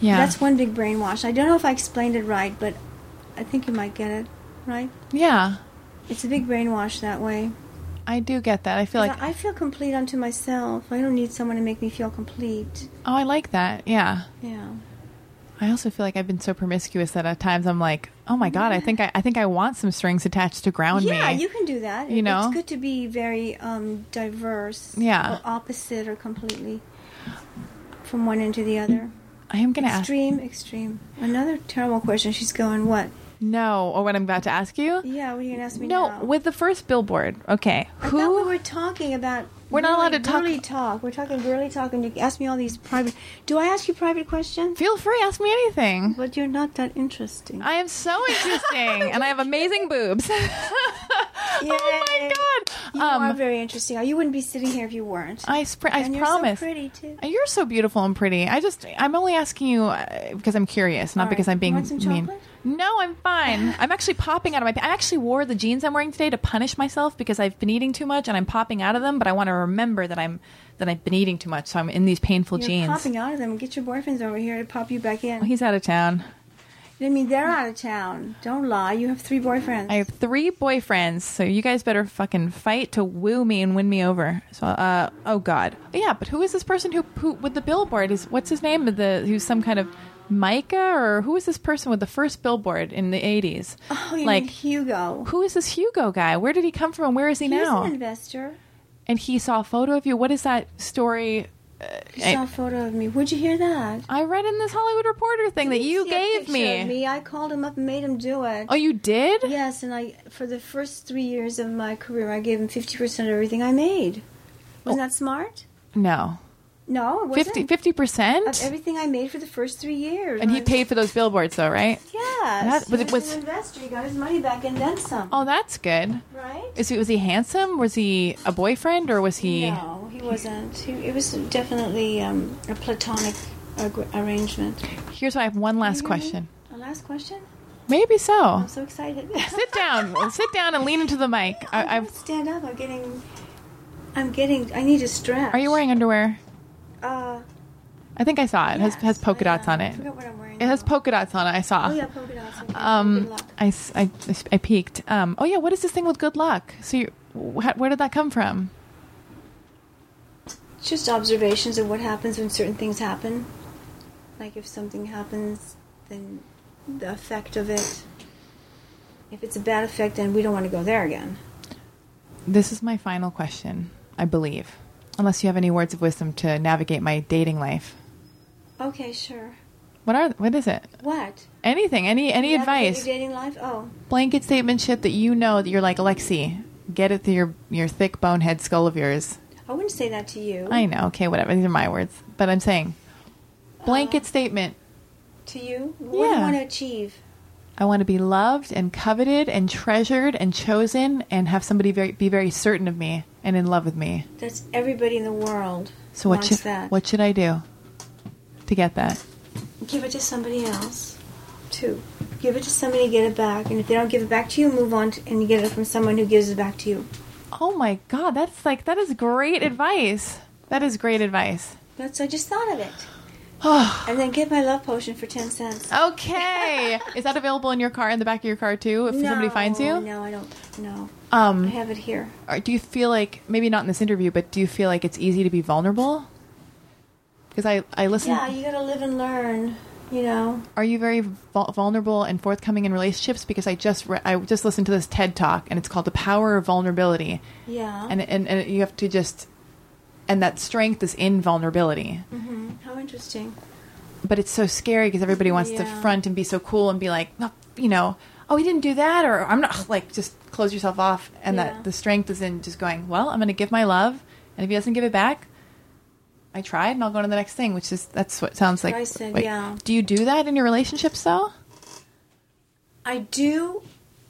[SPEAKER 4] Yeah.
[SPEAKER 3] That's one big brainwash. I don't know if I explained it right, but I think you might get it, right?
[SPEAKER 4] yeah.
[SPEAKER 3] It's a big brainwash that way.
[SPEAKER 4] I do get that. I feel like
[SPEAKER 3] I I feel complete unto myself. I don't need someone to make me feel complete.
[SPEAKER 4] Oh, I like that. Yeah.
[SPEAKER 3] Yeah.
[SPEAKER 4] I also feel like I've been so promiscuous that at times I'm like, oh my god, I think I, I think I want some strings attached to ground
[SPEAKER 3] yeah,
[SPEAKER 4] me.
[SPEAKER 3] you can do that.
[SPEAKER 4] You know?
[SPEAKER 3] it's good to be very um, diverse.
[SPEAKER 4] Yeah.
[SPEAKER 3] Or opposite or completely from one end to the other.
[SPEAKER 4] I am gonna ask.
[SPEAKER 3] Extreme, extreme. Another terrible question. She's going, what?
[SPEAKER 4] No, or what I'm about to ask you.
[SPEAKER 3] Yeah, what are you going to ask me
[SPEAKER 4] no,
[SPEAKER 3] now?
[SPEAKER 4] with the first billboard. Okay,
[SPEAKER 3] I
[SPEAKER 4] who?
[SPEAKER 3] thought we were talking about.
[SPEAKER 4] We're not allowed
[SPEAKER 3] girly-
[SPEAKER 4] to talk-
[SPEAKER 3] Girly talk. We're talking girly talk, and you ask me all these private. Do I ask you private questions?
[SPEAKER 4] Feel free, ask me anything.
[SPEAKER 3] But you're not that interesting.
[SPEAKER 4] I
[SPEAKER 3] (laughs)
[SPEAKER 4] am so interesting, and I have amazing boobs. (laughs) Oh
[SPEAKER 3] Yay.
[SPEAKER 4] my god! Um,
[SPEAKER 3] You are very interesting. You wouldn't be sitting here if you weren't.
[SPEAKER 4] I spr- I
[SPEAKER 3] and you're
[SPEAKER 4] promise.
[SPEAKER 3] so pretty too.
[SPEAKER 4] You're so beautiful and pretty. I just, I'm only asking you uh, because I'm curious, not
[SPEAKER 3] All right.
[SPEAKER 4] because I'm being
[SPEAKER 3] Want some
[SPEAKER 4] mean.
[SPEAKER 3] chocolate?
[SPEAKER 4] No,
[SPEAKER 3] (laughs)
[SPEAKER 4] I'm fine. I'm actually popping out of my. pa- I actually wore the jeans I'm wearing today to punish myself because I've been eating too much and I'm popping out of them. But I want to remember that I'm that I've been eating too much, so I'm in these painful
[SPEAKER 3] You're
[SPEAKER 4] jeans. Oh,
[SPEAKER 3] popping out of them. Get your boyfriends over here to pop you back in.
[SPEAKER 4] He's out of town.
[SPEAKER 3] I mean, they're out of town. Don't lie. You have three boyfriends.
[SPEAKER 4] I have three boyfriends, so you guys better fucking fight to woo me and win me over. So, uh, oh god, yeah. But who is this person who, who with the billboard? Is what's his name? The who's some kind of Micah or who is this person with the first billboard in the eighties?
[SPEAKER 3] oh, you
[SPEAKER 4] like
[SPEAKER 3] mean Hugo.
[SPEAKER 4] who is this Hugo guy? Where did he come from? Where is he
[SPEAKER 3] He's
[SPEAKER 4] now?
[SPEAKER 3] an investor.
[SPEAKER 4] and he saw a photo of you. What is that story? Uh,
[SPEAKER 3] He
[SPEAKER 4] I-
[SPEAKER 3] saw a photo of me. Would you hear that?
[SPEAKER 4] I read in this Hollywood Reporter thing that
[SPEAKER 3] He
[SPEAKER 4] you
[SPEAKER 3] see a
[SPEAKER 4] gave
[SPEAKER 3] picture
[SPEAKER 4] me.
[SPEAKER 3] of me. I called him up and made him do it.
[SPEAKER 4] Oh, you did?
[SPEAKER 3] Yes, and I for the first three years of my career, I gave him fifty percent of everything I made. Wasn't
[SPEAKER 4] Oh.
[SPEAKER 3] that smart?
[SPEAKER 4] No,
[SPEAKER 3] No, it wasn't.
[SPEAKER 4] 50 percent.
[SPEAKER 3] of everything I made for the first three years.
[SPEAKER 4] and he
[SPEAKER 3] I-
[SPEAKER 4] paid for those billboards, though, right?
[SPEAKER 3] Yes,
[SPEAKER 4] That- but
[SPEAKER 3] he
[SPEAKER 4] it
[SPEAKER 3] was,
[SPEAKER 4] was-
[SPEAKER 3] an investor. He got his money back and then some.
[SPEAKER 4] Oh, that's good.
[SPEAKER 3] right?
[SPEAKER 4] Is he was he handsome? Was he a boyfriend or was he?
[SPEAKER 3] No, he wasn't. He- It was definitely um, a platonic ag- arrangement.
[SPEAKER 4] Here's why I have one
[SPEAKER 3] Mm-hmm.
[SPEAKER 4] last question.
[SPEAKER 3] Our last question?
[SPEAKER 4] Maybe so.
[SPEAKER 3] I'm so excited.
[SPEAKER 4] Oh.
[SPEAKER 3] (laughs)
[SPEAKER 4] Sit down. Sit down and lean into the mic. I,
[SPEAKER 3] I,
[SPEAKER 4] I've.
[SPEAKER 3] stand up. I'm getting. I'm getting. I need a stretch.
[SPEAKER 4] Are you wearing underwear?
[SPEAKER 3] Uh,
[SPEAKER 4] I think I saw it. It has
[SPEAKER 3] yes,
[SPEAKER 4] has
[SPEAKER 3] I
[SPEAKER 4] polka
[SPEAKER 3] am.
[SPEAKER 4] dots on
[SPEAKER 3] I
[SPEAKER 4] it.
[SPEAKER 3] forgot what I'm wearing.
[SPEAKER 4] It has
[SPEAKER 3] now.
[SPEAKER 4] polka dots on it. I
[SPEAKER 3] Oh
[SPEAKER 4] saw.
[SPEAKER 3] yeah, polka dots. Okay. Good
[SPEAKER 4] Um,
[SPEAKER 3] luck.
[SPEAKER 4] I, s- I- I s- I peeked. Um, oh yeah, what is this thing with good luck? So, you, wh- where did that come from?
[SPEAKER 3] It's just observations of what happens when certain things happen. Like if something happens, then the effect of it. If it's a bad effect, then we don't want to go there again.
[SPEAKER 4] This is my final question, I believe. Unless you have any words of wisdom to navigate my dating life.
[SPEAKER 3] Okay, sure.
[SPEAKER 4] What are what is it?
[SPEAKER 3] What?
[SPEAKER 4] Anything? Any any
[SPEAKER 3] You navigate
[SPEAKER 4] advice?
[SPEAKER 3] Your dating life? Oh,
[SPEAKER 4] Blanket statement shit that you know that you're like Alexi. Get it through your your thick bonehead skull of yours.
[SPEAKER 3] I wouldn't say that to you.
[SPEAKER 4] I know. Okay, whatever. These are my words, but I'm saying blanket
[SPEAKER 3] Uh.
[SPEAKER 4] statement.
[SPEAKER 3] to you? What do
[SPEAKER 4] Yeah.
[SPEAKER 3] you want to achieve?
[SPEAKER 4] I want to be loved and coveted and treasured and chosen and have somebody very, be very certain of me and in love with me.
[SPEAKER 3] That's everybody in the world.
[SPEAKER 4] So what
[SPEAKER 3] wants
[SPEAKER 4] should
[SPEAKER 3] that.
[SPEAKER 4] what should I do to get that?
[SPEAKER 3] Give it to somebody else, too. Give it to somebody, get it back, and if they don't give it back to you, move on to, and you get it from someone who gives it back to you.
[SPEAKER 4] Oh my god, that's like that is great advice. That is
[SPEAKER 3] (sighs)
[SPEAKER 4] great advice.
[SPEAKER 3] That's I just thought of it. and then get my love potion for ten cents.
[SPEAKER 4] Uh, Okay, is that available in your car in the back of your car too? If somebody finds you,
[SPEAKER 3] No, I don't. No, I
[SPEAKER 4] um,
[SPEAKER 3] have it here.
[SPEAKER 4] or do you feel like maybe not in this interview, but do you feel like it's easy to be vulnerable? Because I I listen.
[SPEAKER 3] Yeah, you gotta live and learn. You know.
[SPEAKER 4] are you very vul- vulnerable and forthcoming in relationships because i just re- i just listened to this ted talk and it's called the power of vulnerability
[SPEAKER 3] Yeah.
[SPEAKER 4] and and, and you have to just and that strength is in vulnerability
[SPEAKER 3] How interesting.
[SPEAKER 4] but it's so scary because everybody wants to
[SPEAKER 3] Yeah.
[SPEAKER 4] front and be so cool and be like "Oh, you know oh he didn't do that or i'm not like just close yourself off and
[SPEAKER 3] Yeah.
[SPEAKER 4] that the strength is in just going well i'm going to give my love and if he doesn't give it back i tried and i'll go on to the next thing which is that's what sounds like
[SPEAKER 3] what I said, yeah.
[SPEAKER 4] do you do that in your relationships though
[SPEAKER 3] I do,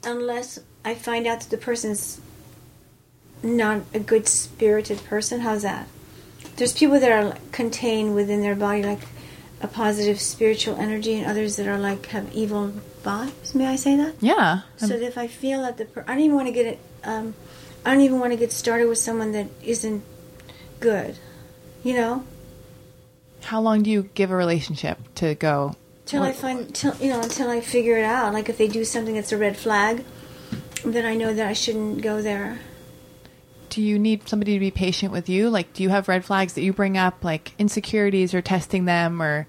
[SPEAKER 3] unless I find out that the person's not a good spirited person. How's that? There's people that are like, contained within their body, like a positive spiritual energy, and others that are like have evil vibes. May I say that?
[SPEAKER 4] yeah
[SPEAKER 3] So
[SPEAKER 4] Um,
[SPEAKER 3] that if I feel that the per- I don't even want to get it, um, I don't even want to get started with someone that isn't good, you know,
[SPEAKER 4] How long do you give a relationship to go?
[SPEAKER 3] till I find till you know until I figure it out. Like if they do something that's a red flag, then I know that I shouldn't go there.
[SPEAKER 4] Do you need somebody to be patient with you? Like, do you have red flags that you bring up, like insecurities or testing them, or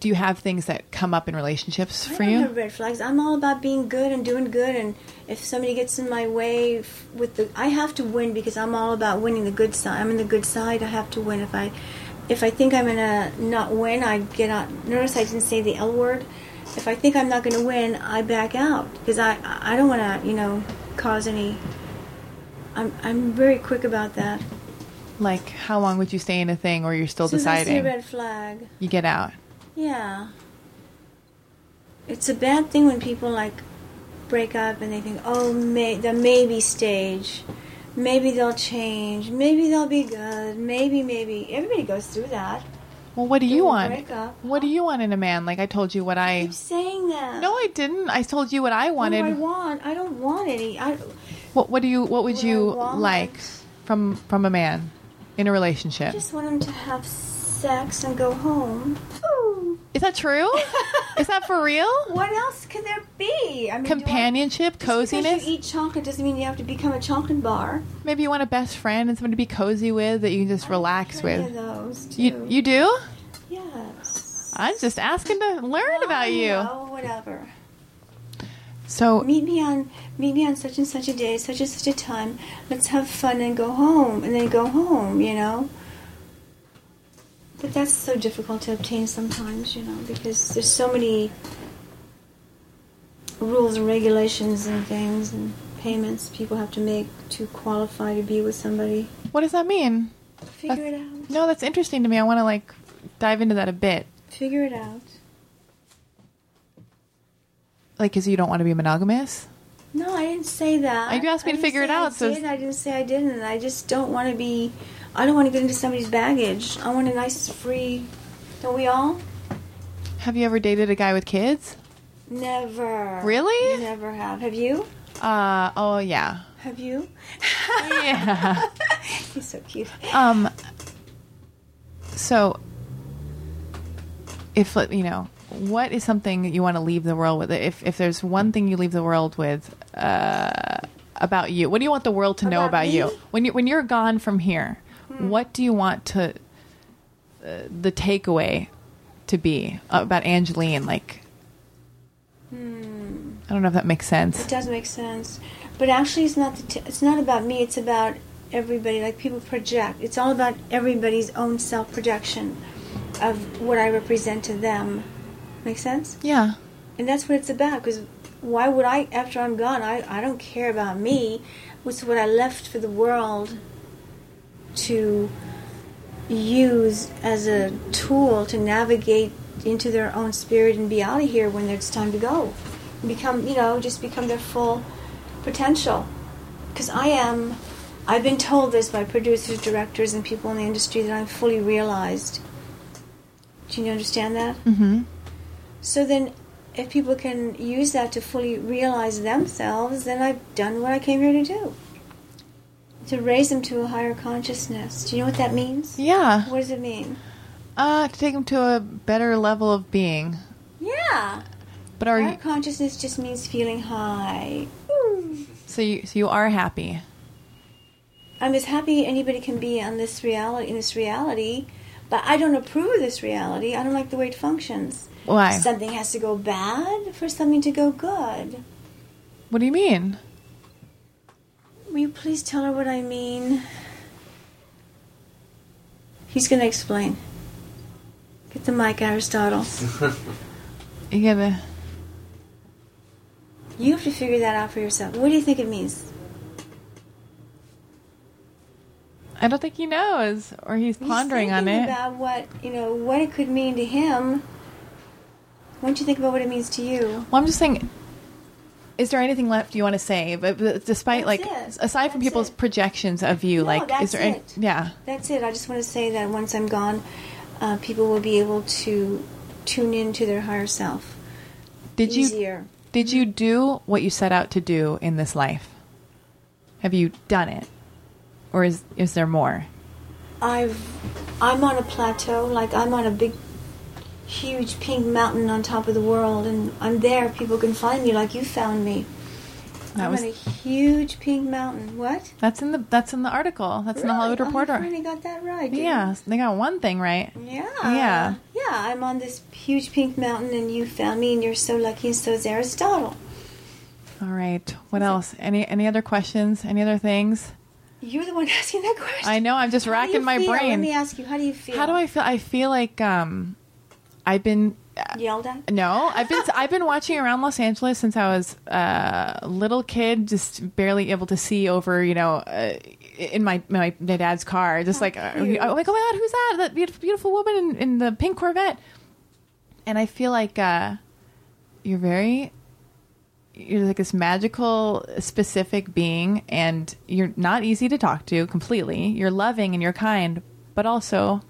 [SPEAKER 4] do you have things that come up in relationships for
[SPEAKER 3] I don't
[SPEAKER 4] you?
[SPEAKER 3] have red flags. I'm all about being good and doing good. And if somebody gets in my way f- with the, I have to win because I'm all about winning the good side. I'm in the good side. I have to win. If I, if I think I'm gonna not win, I get out. Notice I didn't say the L word. If I think I'm not gonna win, I back out because I, I don't want to, you know, cause any. I'm, I'm very quick about that.
[SPEAKER 4] Like, how long would you stay in a thing, or you're still
[SPEAKER 3] As soon as I see a
[SPEAKER 4] deciding?
[SPEAKER 3] red flag.
[SPEAKER 4] you get out.
[SPEAKER 3] Yeah. It's a bad thing when people like break up and they think, oh, may- the maybe stage. Maybe they'll change. Maybe they'll be good. Maybe, maybe. Everybody goes through that.
[SPEAKER 4] Well, what do you
[SPEAKER 3] we
[SPEAKER 4] want?
[SPEAKER 3] break up?
[SPEAKER 4] What do you want in a man? Like, I told you what I.
[SPEAKER 3] Keep saying that.
[SPEAKER 4] No, I didn't. I told you what I
[SPEAKER 3] what do
[SPEAKER 4] wanted.
[SPEAKER 3] I want? I don't want any. I,
[SPEAKER 4] what, what do you? What would
[SPEAKER 3] What do I
[SPEAKER 4] you
[SPEAKER 3] want?
[SPEAKER 4] like from from a man in a relationship?
[SPEAKER 3] I just want them to have sex and go home. Ooh.
[SPEAKER 4] Is
[SPEAKER 3] (laughs)
[SPEAKER 4] that true? Is that for real?
[SPEAKER 3] What else could there be? I mean, do I-
[SPEAKER 4] companionship,
[SPEAKER 3] just because
[SPEAKER 4] coziness.
[SPEAKER 3] you eat chocolate doesn't mean you have to become a chocolate bar.
[SPEAKER 4] Maybe you want a best friend and someone to be cozy with that you can just relax
[SPEAKER 3] Plenty
[SPEAKER 4] with.
[SPEAKER 3] of those, too.
[SPEAKER 4] You you do?
[SPEAKER 3] yes.
[SPEAKER 4] I'm just asking to learn about you.
[SPEAKER 3] Oh, whatever.
[SPEAKER 4] So
[SPEAKER 3] Meet me on meet me on such and such a day, such and such a time. Let's have fun and go home, and then go home. You know. But that's so difficult to obtain sometimes, you know, because there's so many rules and regulations and things and payments people have to make to qualify to be with somebody.
[SPEAKER 4] what does that mean?
[SPEAKER 3] Figure it out.
[SPEAKER 4] No, that's interesting to me. I want to like dive into that a bit.
[SPEAKER 3] Figure it out.
[SPEAKER 4] Like, cause you don't want to be monogamous.
[SPEAKER 3] No, I didn't say that.
[SPEAKER 4] Uh, you asked me
[SPEAKER 3] I
[SPEAKER 4] to
[SPEAKER 3] didn't
[SPEAKER 4] figure it
[SPEAKER 3] say I
[SPEAKER 4] out, so-
[SPEAKER 3] did. I didn't say I didn't. I just don't want to be. I don't want to get into somebody's baggage. I want a nice, free. Don't we all?
[SPEAKER 4] Have you ever dated a guy with kids?
[SPEAKER 3] Never.
[SPEAKER 4] Really?
[SPEAKER 3] Never have. Have you?
[SPEAKER 4] Uh, oh yeah.
[SPEAKER 3] Have you?
[SPEAKER 4] Yeah.
[SPEAKER 3] (laughs) He's so cute.
[SPEAKER 4] Um. So, if like, you know, what is something that you want to leave the world with? If if there's one thing you leave the world with uh, about you, what do you want the world to know
[SPEAKER 3] About
[SPEAKER 4] about
[SPEAKER 3] me? Hmm.
[SPEAKER 4] you when you when you're gone from here? What do you want to uh, the takeaway to be about Angeline? Like,
[SPEAKER 3] Hmm.
[SPEAKER 4] I don't know if that makes sense.
[SPEAKER 3] It does make sense, but actually, it's not. The t- it's not about me. It's about everybody. Like people project. It's all about everybody's own self projection of what I represent to them. Make sense?
[SPEAKER 4] Yeah.
[SPEAKER 3] And that's what it's about. Because why would I? After I'm gone, I I don't care about me. It's what I left for the world to use as a tool to navigate into their own spirit and be out of here when it's time to go. Become, you know, just become their full potential. Because I am, I've been told this by producers, directors, and people in the industry that I'm fully realized. Do you understand that? Mm-hmm. So then, if people can use that to fully realize themselves, then I've done what I came here to do. To raise them to a higher consciousness. Do you know what that means?
[SPEAKER 4] Yeah.
[SPEAKER 3] What does it mean?
[SPEAKER 4] Uh, to take them to a better level of being.
[SPEAKER 3] Yeah.
[SPEAKER 4] But are
[SPEAKER 3] Higher
[SPEAKER 4] you,
[SPEAKER 3] consciousness just means feeling high. Ooh.
[SPEAKER 4] so you so you are happy.
[SPEAKER 3] I'm as happy anybody can be on this reality in this reality, but I don't approve of this reality. I don't like the way it functions.
[SPEAKER 4] Why?
[SPEAKER 3] Something has to go bad for something to go good.
[SPEAKER 4] What do you mean?
[SPEAKER 3] Will you please tell her what I mean? He's gonna explain. Get the mic, Aristotle.
[SPEAKER 4] You gotta.
[SPEAKER 3] You have to figure that out for yourself. What do you think it means?
[SPEAKER 4] I don't think he knows, or he's
[SPEAKER 3] He's
[SPEAKER 4] pondering on
[SPEAKER 3] thinking
[SPEAKER 4] it.
[SPEAKER 3] About what you know, what it could mean to him. Why don't you think about what it means to you?
[SPEAKER 4] well, I'm just saying. Is there anything left you want to say? But, but despite
[SPEAKER 3] That's
[SPEAKER 4] like,
[SPEAKER 3] it.
[SPEAKER 4] aside from
[SPEAKER 3] That's
[SPEAKER 4] people's
[SPEAKER 3] it.
[SPEAKER 4] projections of you,
[SPEAKER 3] No,
[SPEAKER 4] like, is
[SPEAKER 3] that's
[SPEAKER 4] there? any-
[SPEAKER 3] it.
[SPEAKER 4] yeah.
[SPEAKER 3] That's it. I just want to say that once I'm gone, uh, people will be able to tune in to their higher self
[SPEAKER 4] Did you
[SPEAKER 3] easier. Mm-hmm.
[SPEAKER 4] did you do what you set out to do in this life? Have you done it, or is is there more?
[SPEAKER 3] I've I'm on a plateau, like I'm on a big, huge pink mountain on top of the world, and I'm there. People can find me, like you found me.
[SPEAKER 4] That
[SPEAKER 3] I'm
[SPEAKER 4] was
[SPEAKER 3] on a huge pink mountain. What?
[SPEAKER 4] that's in the that's in the article. That's in the Hollywood
[SPEAKER 3] Really? Oh, you
[SPEAKER 4] Reporter.
[SPEAKER 3] finally got that right. didn't you?
[SPEAKER 4] Yeah, they got one thing right.
[SPEAKER 3] Yeah.
[SPEAKER 4] Yeah.
[SPEAKER 3] Yeah, I'm on this huge pink mountain and you found me and you're so lucky and so is Aristotle.
[SPEAKER 4] All right. What else? Any any other questions? Any other things?
[SPEAKER 3] You're the one (laughs) asking that question.
[SPEAKER 4] I know. I'm just
[SPEAKER 3] How do you
[SPEAKER 4] racking my
[SPEAKER 3] feel? Let
[SPEAKER 4] brain.
[SPEAKER 3] me ask you, how do you feel?
[SPEAKER 4] How do I feel? I feel like um, I've been
[SPEAKER 3] Yelled at?
[SPEAKER 4] no, I've been I've been watching around Los Angeles since I was a little kid, just barely able to see over, you know, uh, in my, my my dad's car, just like uh,
[SPEAKER 3] cute.
[SPEAKER 4] I'm like, oh my god, who's that? That beautiful, beautiful woman in, in the pink Corvette. And I feel like uh, you're very you're like this magical specific being and you're not easy to talk to completely you're loving and you're kind but also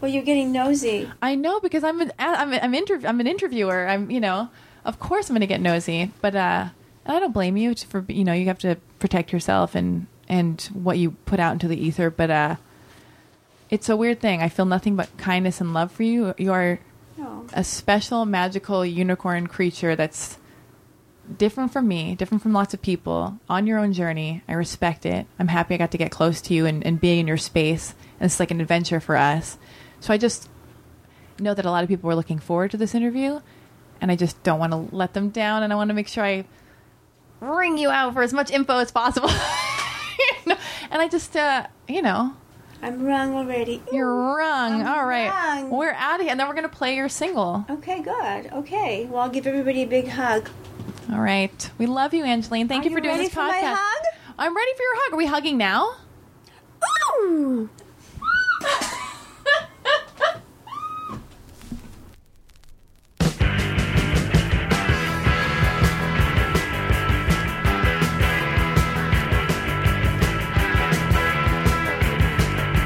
[SPEAKER 3] Well, you're getting nosy.
[SPEAKER 4] I know because I'm an I'm I'm, interv- I'm an interviewer. I'm you know, of course I'm going to get nosy, but uh, and I don't blame you t- for you know you have to protect yourself and and what you put out into the ether. But uh, it's a weird thing. I feel nothing but kindness and love for you. You are
[SPEAKER 3] No.
[SPEAKER 4] a special magical unicorn creature that's different from me, different from lots of people, on your own journey. I respect it. I'm happy I got to get close to you and, and be in your space. And it's like an adventure for us. So I just know that a lot of people were looking forward to this interview. And I just don't want to let them down. And I want to make sure I ring you out for as much info as possible. (laughs) You know? And I just, uh, you know,
[SPEAKER 3] I'm wrong already. Ooh.
[SPEAKER 4] you're wrong.
[SPEAKER 3] I'm
[SPEAKER 4] All right.
[SPEAKER 3] wrong.
[SPEAKER 4] We're out of here. And then we're going to play your single.
[SPEAKER 3] Okay, good. Okay. Well, I'll give everybody a big hug.
[SPEAKER 4] All right. We love you, Angeline. Thank
[SPEAKER 3] Are
[SPEAKER 4] you for
[SPEAKER 3] you
[SPEAKER 4] doing
[SPEAKER 3] ready
[SPEAKER 4] this
[SPEAKER 3] for my
[SPEAKER 4] podcast.
[SPEAKER 3] hug?
[SPEAKER 4] I'm ready for your hug. Are we hugging now?
[SPEAKER 3] Ooh!
[SPEAKER 5] Thank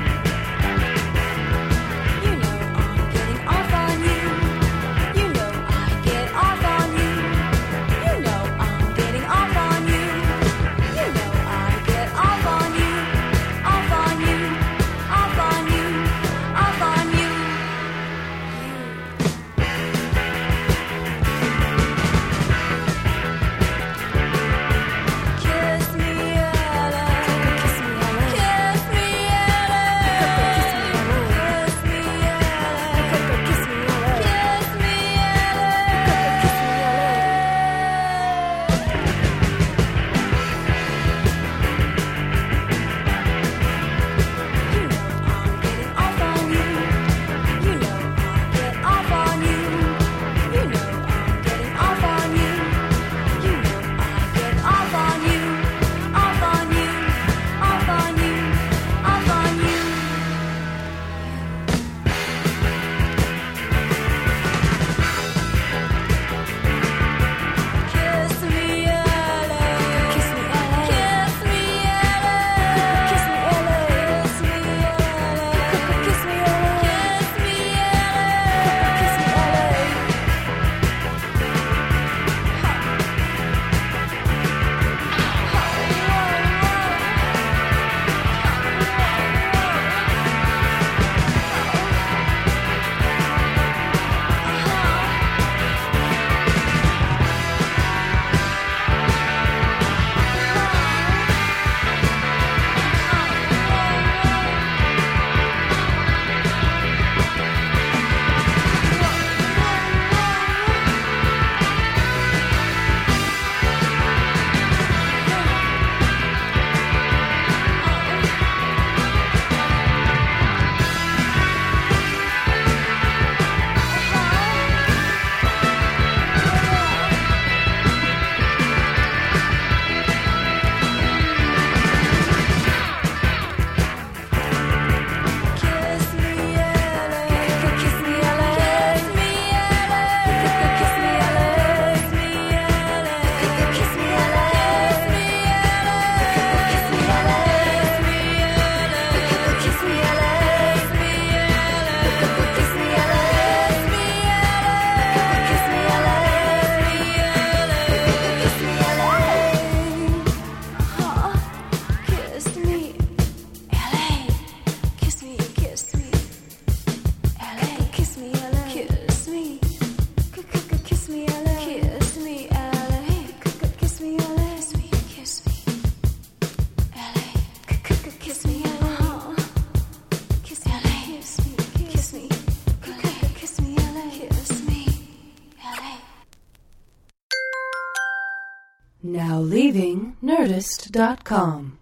[SPEAKER 2] Now leaving Nerdist.com.